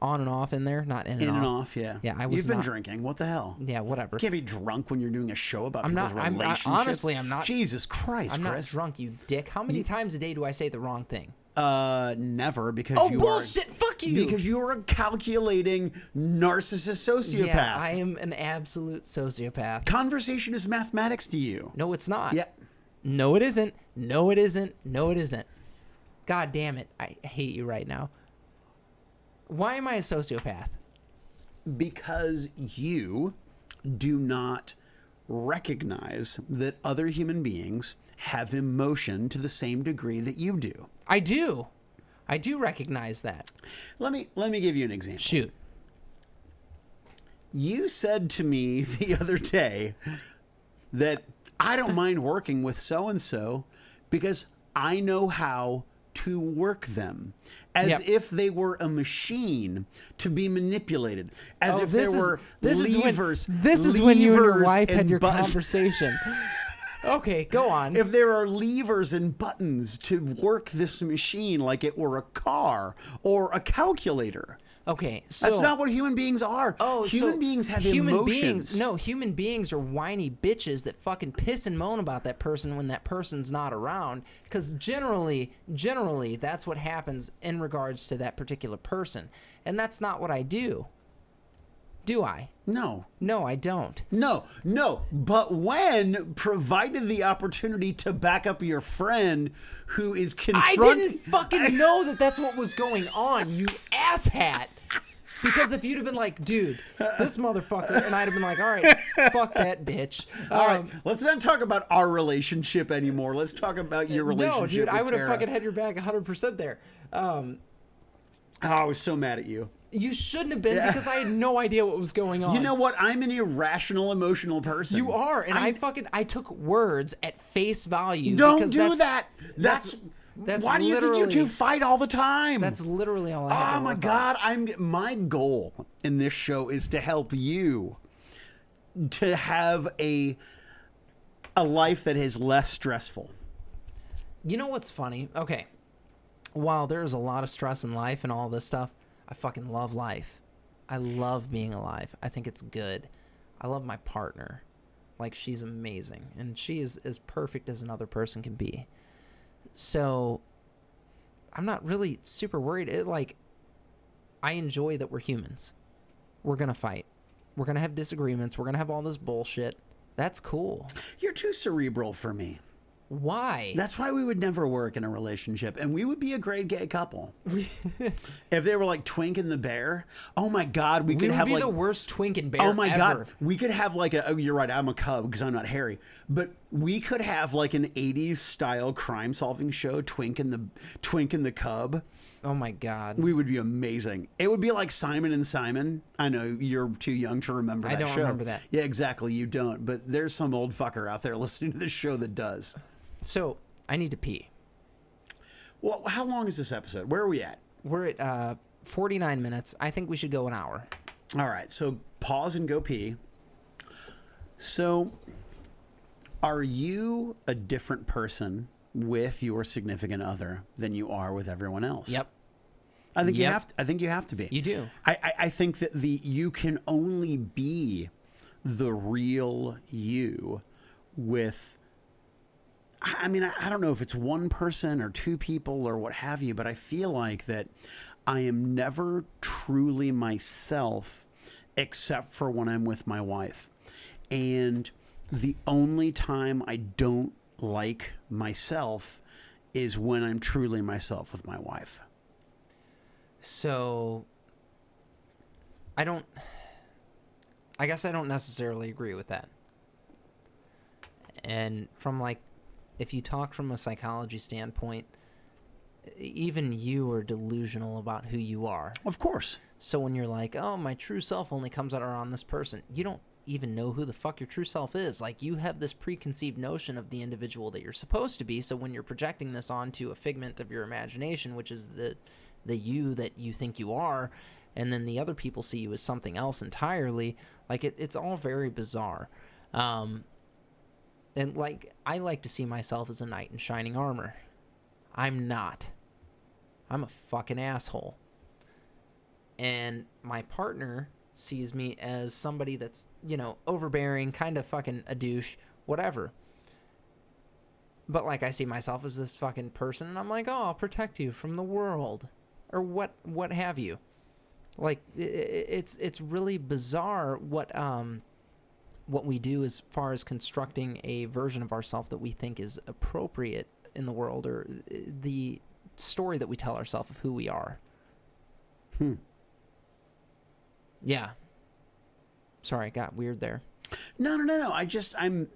on and off in there, not in and In off. and off, yeah. Yeah, I was You've been not- drinking. What the hell? You Yeah, whatever. can't be drunk when you're doing a show about people's not- I'm- I- relationships. honestly, I'm not- Jesus Christ, I'm not Chris. drunk, you dick. How many times a day do I say the wrong thing? Uh, never because Oh you bullshit! Fuck are you. because you are a calculating narcissist sociopath. yeah, I am an absolute sociopath. Conversation is mathematics to you. No, it's not. Yeah. No, it isn't. No, it isn't. No, it isn't. God damn it! I hate you right now. Why am I a sociopath? because you do not recognize that other human beings have emotion to the same degree that you do. I do. I do recognize that. Let me let me give you an example. Shoot. You said to me the other day that I don't mind working with so and so because I know how to work them as Yep. if they were a machine to be manipulated as Oh, if there this is- were this levers is when, this is when you and your levers wife had and your buttons. conversation. okay, go on. if there are levers and buttons to work this machine like it were a car or a calculator. okay, so That's not what human beings are. Oh, human so beings have human emotions. Beings, no, human beings are whiny bitches that fucking piss and moan about that person when that person's not around. Because generally, generally, that's what happens in regards to that particular person, and that's not what I do. Do I? no, No, I don't. no, no. But when provided the opportunity to back up your friend who is I confronting, didn't fucking know that that's what was going on, you asshat. Because if you'd have been like, dude, this motherfucker, and I'd have been like, all right, fuck that bitch. All right, Um, let's not talk about our relationship anymore. Let's talk about your relationship. No, dude, with I would have Tara. fucking had your back 100% there. Um, Oh, I was so mad at you. you shouldn't have been because I had no idea what was going on. You know what? I'm an irrational, emotional person. you are, and I, fucking I took words at face value. Don't because do that's- that. That's, that's- that's why do you think you literally- two fight all the time? That's literally all I. oh had to my work on. god, I'm my goal in this show is to help you to have a a life that is less stressful. You know what's funny? Okay, while there is a lot of stress in life and all this stuff, I fucking love life. I love being alive. I think it's good. I love my partner. Like she's amazing, and she is as perfect as another person can be. So I'm not really super worried. It like I enjoy that we're humans. We're gonna fight. We're gonna have disagreements. We're gonna have all this bullshit. That's cool. You're too cerebral for me. Why? That's why we would never work in a relationship, and we would be a great gay couple. if they were like Twink and the Bear, oh my god, we, we could would have be like the worst twink and bear. oh my ever. god, we could have like a. Oh, you're right, I'm a cub because I'm not hairy, but we could have like an '80s style crime solving show, Twink and the Twink and the Cub. Oh my god. We would be amazing. It would be like Simon and Simon. I know you're too young to remember I that don't show. remember that. Yeah, exactly. You don't, but there's some old fucker out there listening to this show that does. So I need to pee. Well, how long is this episode? Where are we at? We're at uh, 49 minutes. I think we should go an hour. All right, so pause and go pee. So, are you a different person with your significant other than you are with everyone else? Yep. I think you Yep. have. To, I think you have to be. You do. I, I, I think that the you can only be the real you with. I I mean, I, I don't know if it's one person or two people or what have you, but I feel like that I am never truly myself except for when I'm with my wife. And the only time I don't like myself is when I'm truly myself with my wife. So I don't I guess I don't necessarily agree with that. And from like if you talk from a psychology standpoint, e- even you are delusional about who you are. Of course. So when you're like, "Oh, my true self only comes out around this person." You don't even know who the fuck your true self is. Like you have this preconceived notion of the individual that you're supposed to be. So when you're projecting this onto a figment of your imagination, which is the the you that you think you are, and then the other people see you as something else entirely, like it, it's all very bizarre. Um, and like I like to see myself as a knight in shining armor. I'm not. I'm a fucking asshole and my partner sees me as somebody that's you know overbearing kind of fucking a douche whatever but like i see myself as this fucking person and i'm like oh i'll protect you from the world or what what have you like i- i- it's it's really bizarre what um what we do as far as constructing a version of ourselves that we think is appropriate in the world or uh, the story that we tell ourselves of who we are yeah. Sorry, it got weird there. No, no, no, no. I just I'm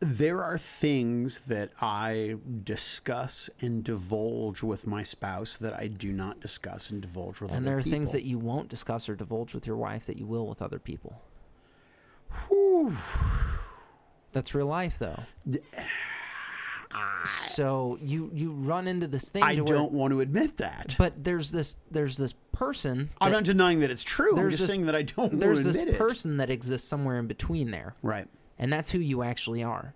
there are things that I discuss and divulge with my spouse that I do not discuss and divulge with And other there are people. things that you won't discuss or divulge with your wife that you will with other people. That's real life, though. So you you run into this thing. I to don't Where, want to admit that. but there's this there's this person. I'm that- not denying that it's true. I'm there's just this- saying that I don't want to there's admit this it. person that exists somewhere in between there. right. And that's who you actually are.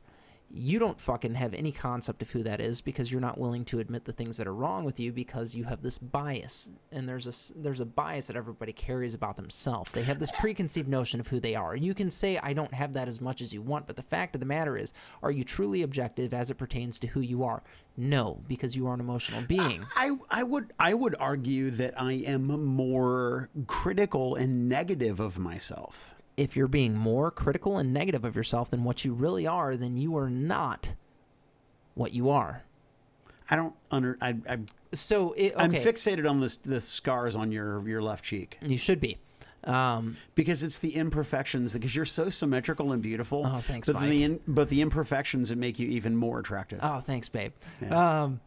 You don't fucking have any concept of who that is because you're not willing to admit the things that are wrong with you because you have this bias. And there's a s- there's a bias that everybody carries about themselves. They have this preconceived notion of who they are. You can say I don't have that as much as you want, but the fact of the matter is, are you truly objective as it pertains to who you are? No, because you are an emotional being. I, I would I would argue that I am more critical and negative of myself. If you're being more critical and negative of yourself than what you really are, then you are not what you are. I don't under I, I So it, okay, I'm fixated on this the scars on your your left cheek. You should be. Um, because it's the imperfections because you're so symmetrical and beautiful. Oh, thanks, But Mike. the in, but the imperfections that make you even more attractive. oh, thanks, babe. Um,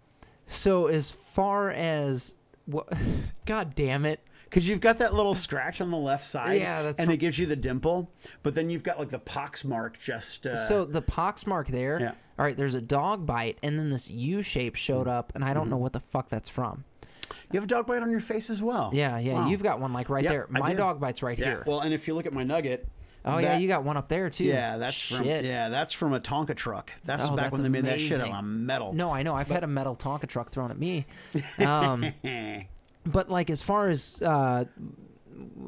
so as far as what, God damn it, Because you've got that little scratch on the left side, Yeah, that's and fr- it gives you the dimple. But then you've got like the pox mark just. Uh, so the pox mark there. Yeah. All right, there's a dog bite, and then this U shape Mm. showed up, and I Mm-hmm. don't know what the fuck that's from. you have a dog bite on your face as well. Yeah, yeah, Wow. you've got one like right Yep, there. I My do. dog bite's right Yeah, here. Well, and if you look at my nugget. oh yeah, that- you got one up there too. Yeah, that's shit. from yeah, that's from a Tonka truck. That's Oh, back that's when they made that shit amazing. out of metal. No, I know. I've had a metal Tonka truck thrown at me. Um, Eh. but like as far as uh,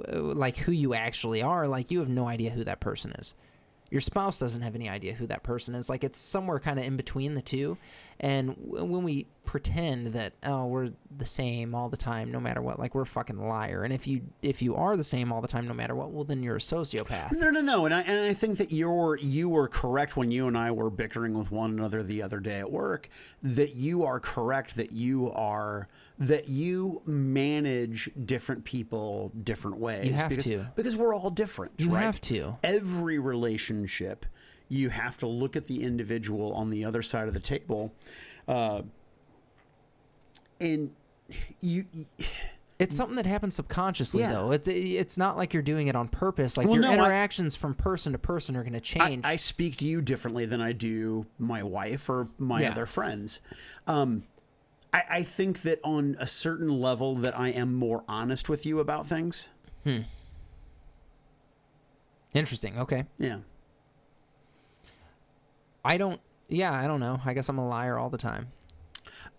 w- like who you actually are, like you have no idea who that person is. your spouse doesn't have any idea who that person is. Like it's somewhere kind of in between the two. And w- when we pretend that oh we're the same all the time, no matter what, like we're a fucking liar. And if you if you are the same all the time, no matter what, well then you're a sociopath. No, no, no. And I and I think that you're you were correct when you and I were bickering with one another the other day at work. That you are correct. That you are that you manage different people different ways. You have because, to. because we're all different. You right? have to. Every relationship, you have to look at the individual on the other side of the table, uh, and you. It's something that happens subconsciously Yeah. though. It's it's not like you're doing it on purpose. Like Well, your no, I- interactions from person to person are going to change. I speak to you differently than I do my wife or my Yeah. other friends. Um, I, I think that on a certain level that I am more honest with you about things. Interesting. Okay. Yeah. I don't. Yeah, I don't know. I guess I'm a liar all the time.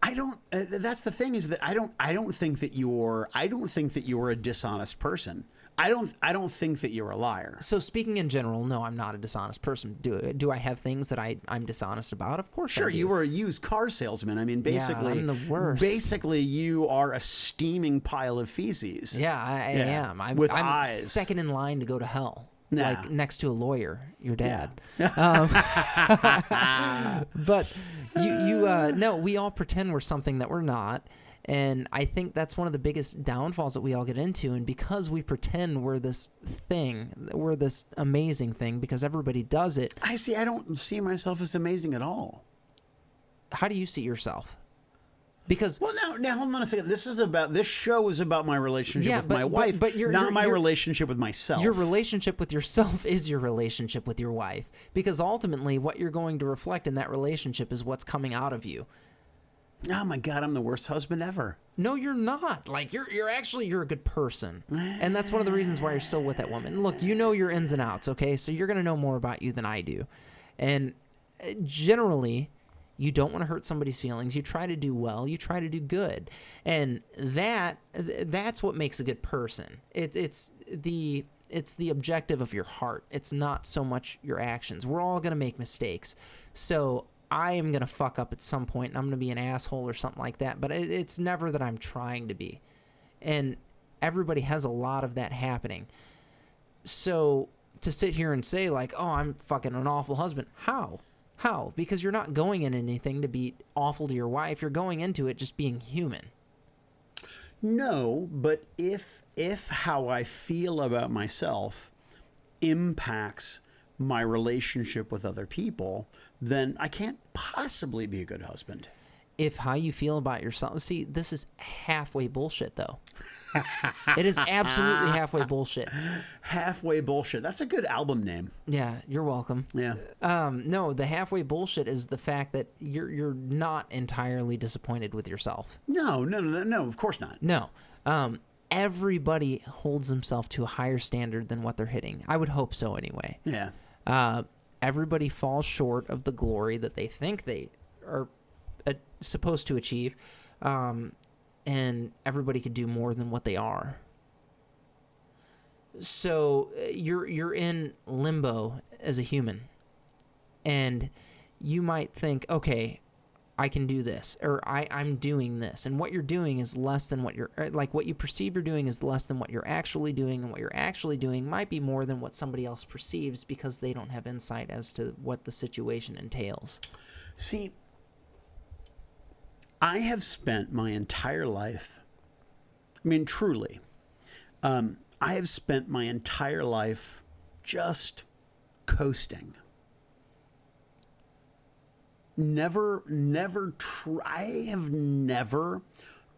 I don't. Uh, th- that's the thing is that I don't. I don't think that you're. I don't think that you're a dishonest person. I don't. I don't think that you're a liar. So speaking in general, no, I'm not a dishonest person. Do do I have things that I I'm dishonest about? Of course. I Sure, do. you were a used car salesman. I mean, basically, I'm the worst. Basically, you are a steaming pile of feces. Yeah, I, I Yeah, am. I'm, with I'm eyes. second in line to go to hell. Nah. Like next to a lawyer, your dad. Um, but you, you, uh, no, we all pretend we're something that we're not. And I think that's one of the biggest downfalls that we all get into. And because we pretend we're this thing, we're this amazing thing, because everybody does it, I see. I don't see myself as amazing at all. how do you see yourself? Because Well, now, now hold on a second. This is about this show is about my relationship Yeah, with but- my but- wife, but you're- not you're- my you're- relationship with myself. Your relationship with yourself is your relationship with your wife because ultimately what you're going to reflect in that relationship is what's coming out of you. oh my god, I'm the worst husband ever. No, you're not. Like you're you're actually you're a good person. And that's one of the reasons why you're still with that woman. Look, you know your ins and outs, okay? So you're going to know more about you than I do. And uh, generally, you don't want to hurt somebody's feelings. You try to do well, you try to do good. And that th- that's what makes a good person. It's it's the it's the objective of your heart. It's not so much your actions. We're all going to make mistakes. So I am going to fuck up at some point and I'm going to be an asshole or something like that. But it, it's never that I'm trying to be. And everybody has a lot of that happening. So to sit here and say, like, oh, I'm fucking an awful husband, how? How? Because you're not going in anything to be awful to your wife. You're going into it just being human. No, but if if how I feel about myself impacts my relationship with other people, then I can't possibly be a good husband. if how you feel about yourself see this is halfway bullshit though it is absolutely halfway bullshit Halfway bullshit. That's a good album name. yeah you're welcome Yeah. um no the halfway bullshit is the fact that you're you're not entirely disappointed with yourself No, no, no, no. Of course not. no um everybody holds themselves to a higher standard than what they're hitting i would hope so anyway Yeah. uh, everybody falls short of the glory that they think they are uh, supposed to achieve, um, and everybody could do more than what they are. So uh, you're you're in limbo as a human, and you might think, okay, I can do this, or I I'm doing this, and what you're doing is less than what you're or, like what you perceive you're doing is less than what you're actually doing, and what you're actually doing might be more than what somebody else perceives because they don't have insight as to what the situation entails. See, I have spent my entire life, I mean, truly, um, I have spent my entire life just coasting. Never, never, tr- I have never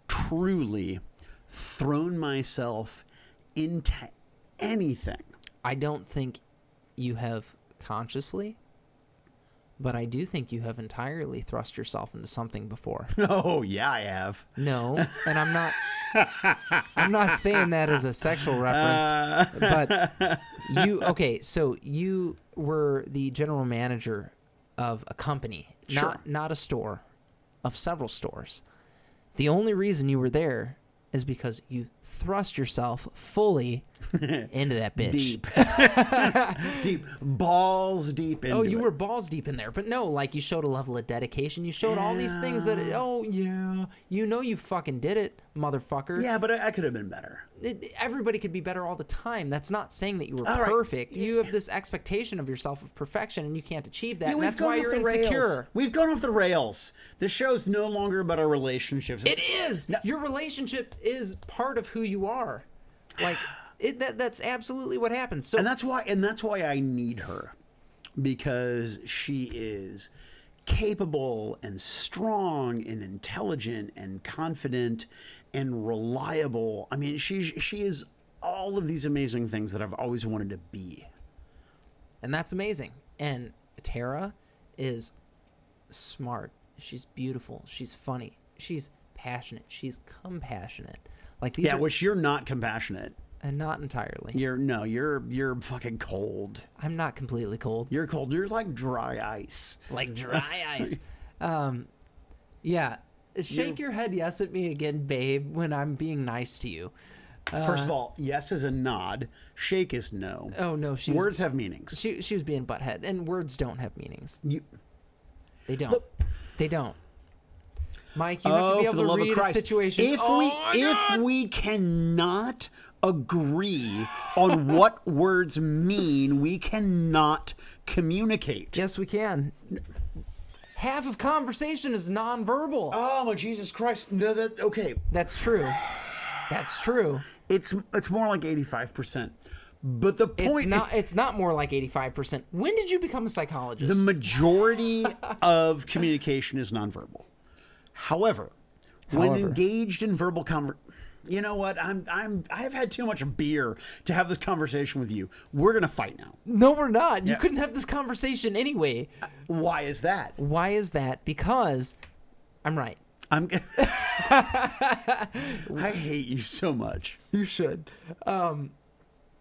truly thrown myself into anything. I don't think you have consciously, but I do think you have entirely thrust yourself into something before. Oh, yeah, I have. No, and I'm not. I'm not saying that as a sexual reference, but you okay? So you were the general manager of a company, Sure. not not a store, of several stores. The only reason you were there is because you thrust yourself fully into that bitch. Deep. deep. Balls deep into Oh, you it. were balls deep in there, but no, like you showed a level of dedication. You showed all these things that, oh yeah, you know you fucking did it, motherfucker. Yeah, but I, I could have been better. It- everybody could be better all the time. That's not saying that you were All right. perfect. You have this expectation of yourself of perfection, and you can't achieve that. Yeah, and we've that's why gone you're off the insecure. Rails. We've gone off the rails. This show's no longer about our relationships. It is. Your relationship is part of who you are. Like it, that, that's absolutely what happens. So and that's why and that's why I need her because she is capable and strong and intelligent and confident and reliable. I mean, she's she is all of these amazing things that I've always wanted to be. and that's amazing. And Tara is smart. She's beautiful. She's funny. She's passionate. She's compassionate. Like these Yeah, are, which you're not compassionate. and not entirely. You're no, you're you're fucking cold. I'm not completely cold. You're cold. You're like dry ice. like dry ice. Um, yeah. Shake your head yes at me again, babe, when I'm being nice to you. First of all, yes is a nod. Shake is no. Uh, Oh no, she's Words have meanings. she she was being butthead, and words don't have meanings. You, They don't. They don't. Mike, you have to oh, be for the able love to of read a Christ! situation. If Oh we my if God! we cannot agree on what words mean, we cannot communicate. yes, we can. Half of conversation is nonverbal. Oh my Jesus Christ! No, that okay. That's true. That's true. It's it's more like eighty five percent. But the point It's not. It's not more like eighty-five percent. When did you become a psychologist? The majority of communication is nonverbal. However, when However. engaged in verbal conver you know what? I'm I'm I've had too much beer to have this conversation with you. We're gonna fight now. No, we're not. You Yeah. couldn't have this conversation anyway. Why is that? Why is that? Because I'm right. I'm. g- I hate you so much. You should. Um,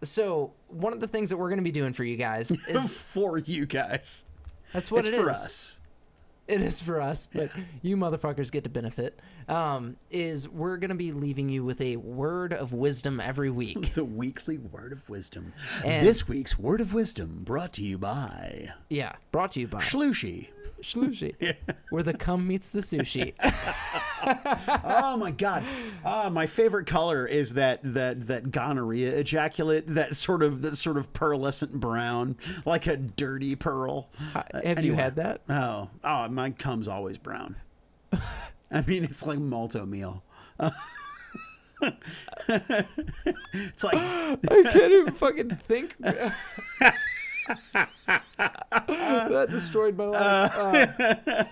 so one of the things that we're going to be doing for you guys is For you guys, that's what it's it for is. us. It is for us, but you motherfuckers get to benefit. Um, is we're going to be leaving you with a word of wisdom every week. The weekly word of wisdom. And- this week's word of wisdom brought to you by yeah, brought to you by Schlushy. Schlushy, where the cum meets the sushi. Oh my god! Ah, my favorite color is that that that gonorrhea ejaculate, that sort of that sort of pearlescent brown, like a dirty pearl. Uh, Have you anyway. had that? Oh, oh, mine comes always brown. I mean, it's like malto meal. it's like I can't even fucking think. that destroyed my life. Uh,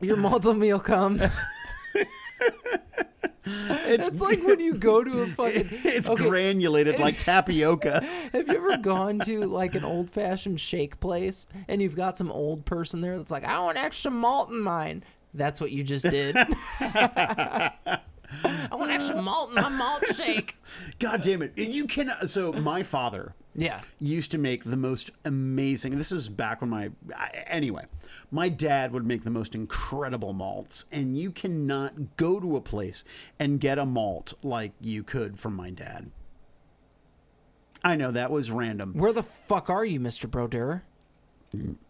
your multi meal come. it's It's like when you go to a fucking. it's okay, granulated like tapioca. Have you ever gone to like an old fashioned shake place and you've got some old person there that's like, I want extra malt in mine? That's what you just did. I want extra malt in my malt shake. God damn it! And you can. So my father. Yeah. used to make the most amazing. This is back when my I- anyway, my dad would make the most incredible malts, and you cannot go to a place and get a malt like you could from my dad. I know that was random. Where the fuck are you, Mr. Brodeur?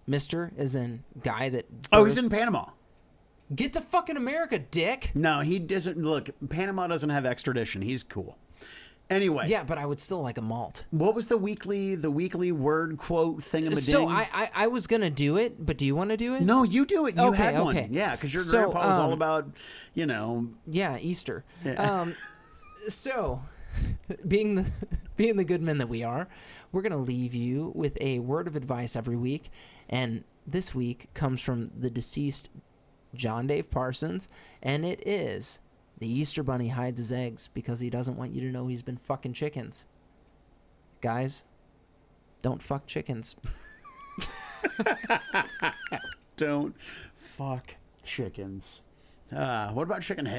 Mister is in guy that. Oh, he's in Panama. Get to fucking America, dick. No, he doesn't. Look, Panama doesn't have extradition. He's cool. Anyway, Yeah, but I would still like a malt. what was the weekly the weekly word quote thingamading? So I, I I was gonna do it, but do you want to do it? no, you do it. You Okay, had one. okay. Yeah, because your So, grandpa was all um, about, you know, Yeah, Easter. Um, so, being the being the good men that we are, we're gonna leave you with a word of advice every week, and this week comes from the deceased John Dave Parsons, and it is the Easter Bunny hides his eggs because he doesn't want you to know he's been fucking chickens. Guys, don't fuck chickens. don't fuck chickens. Uh, what about chicken head?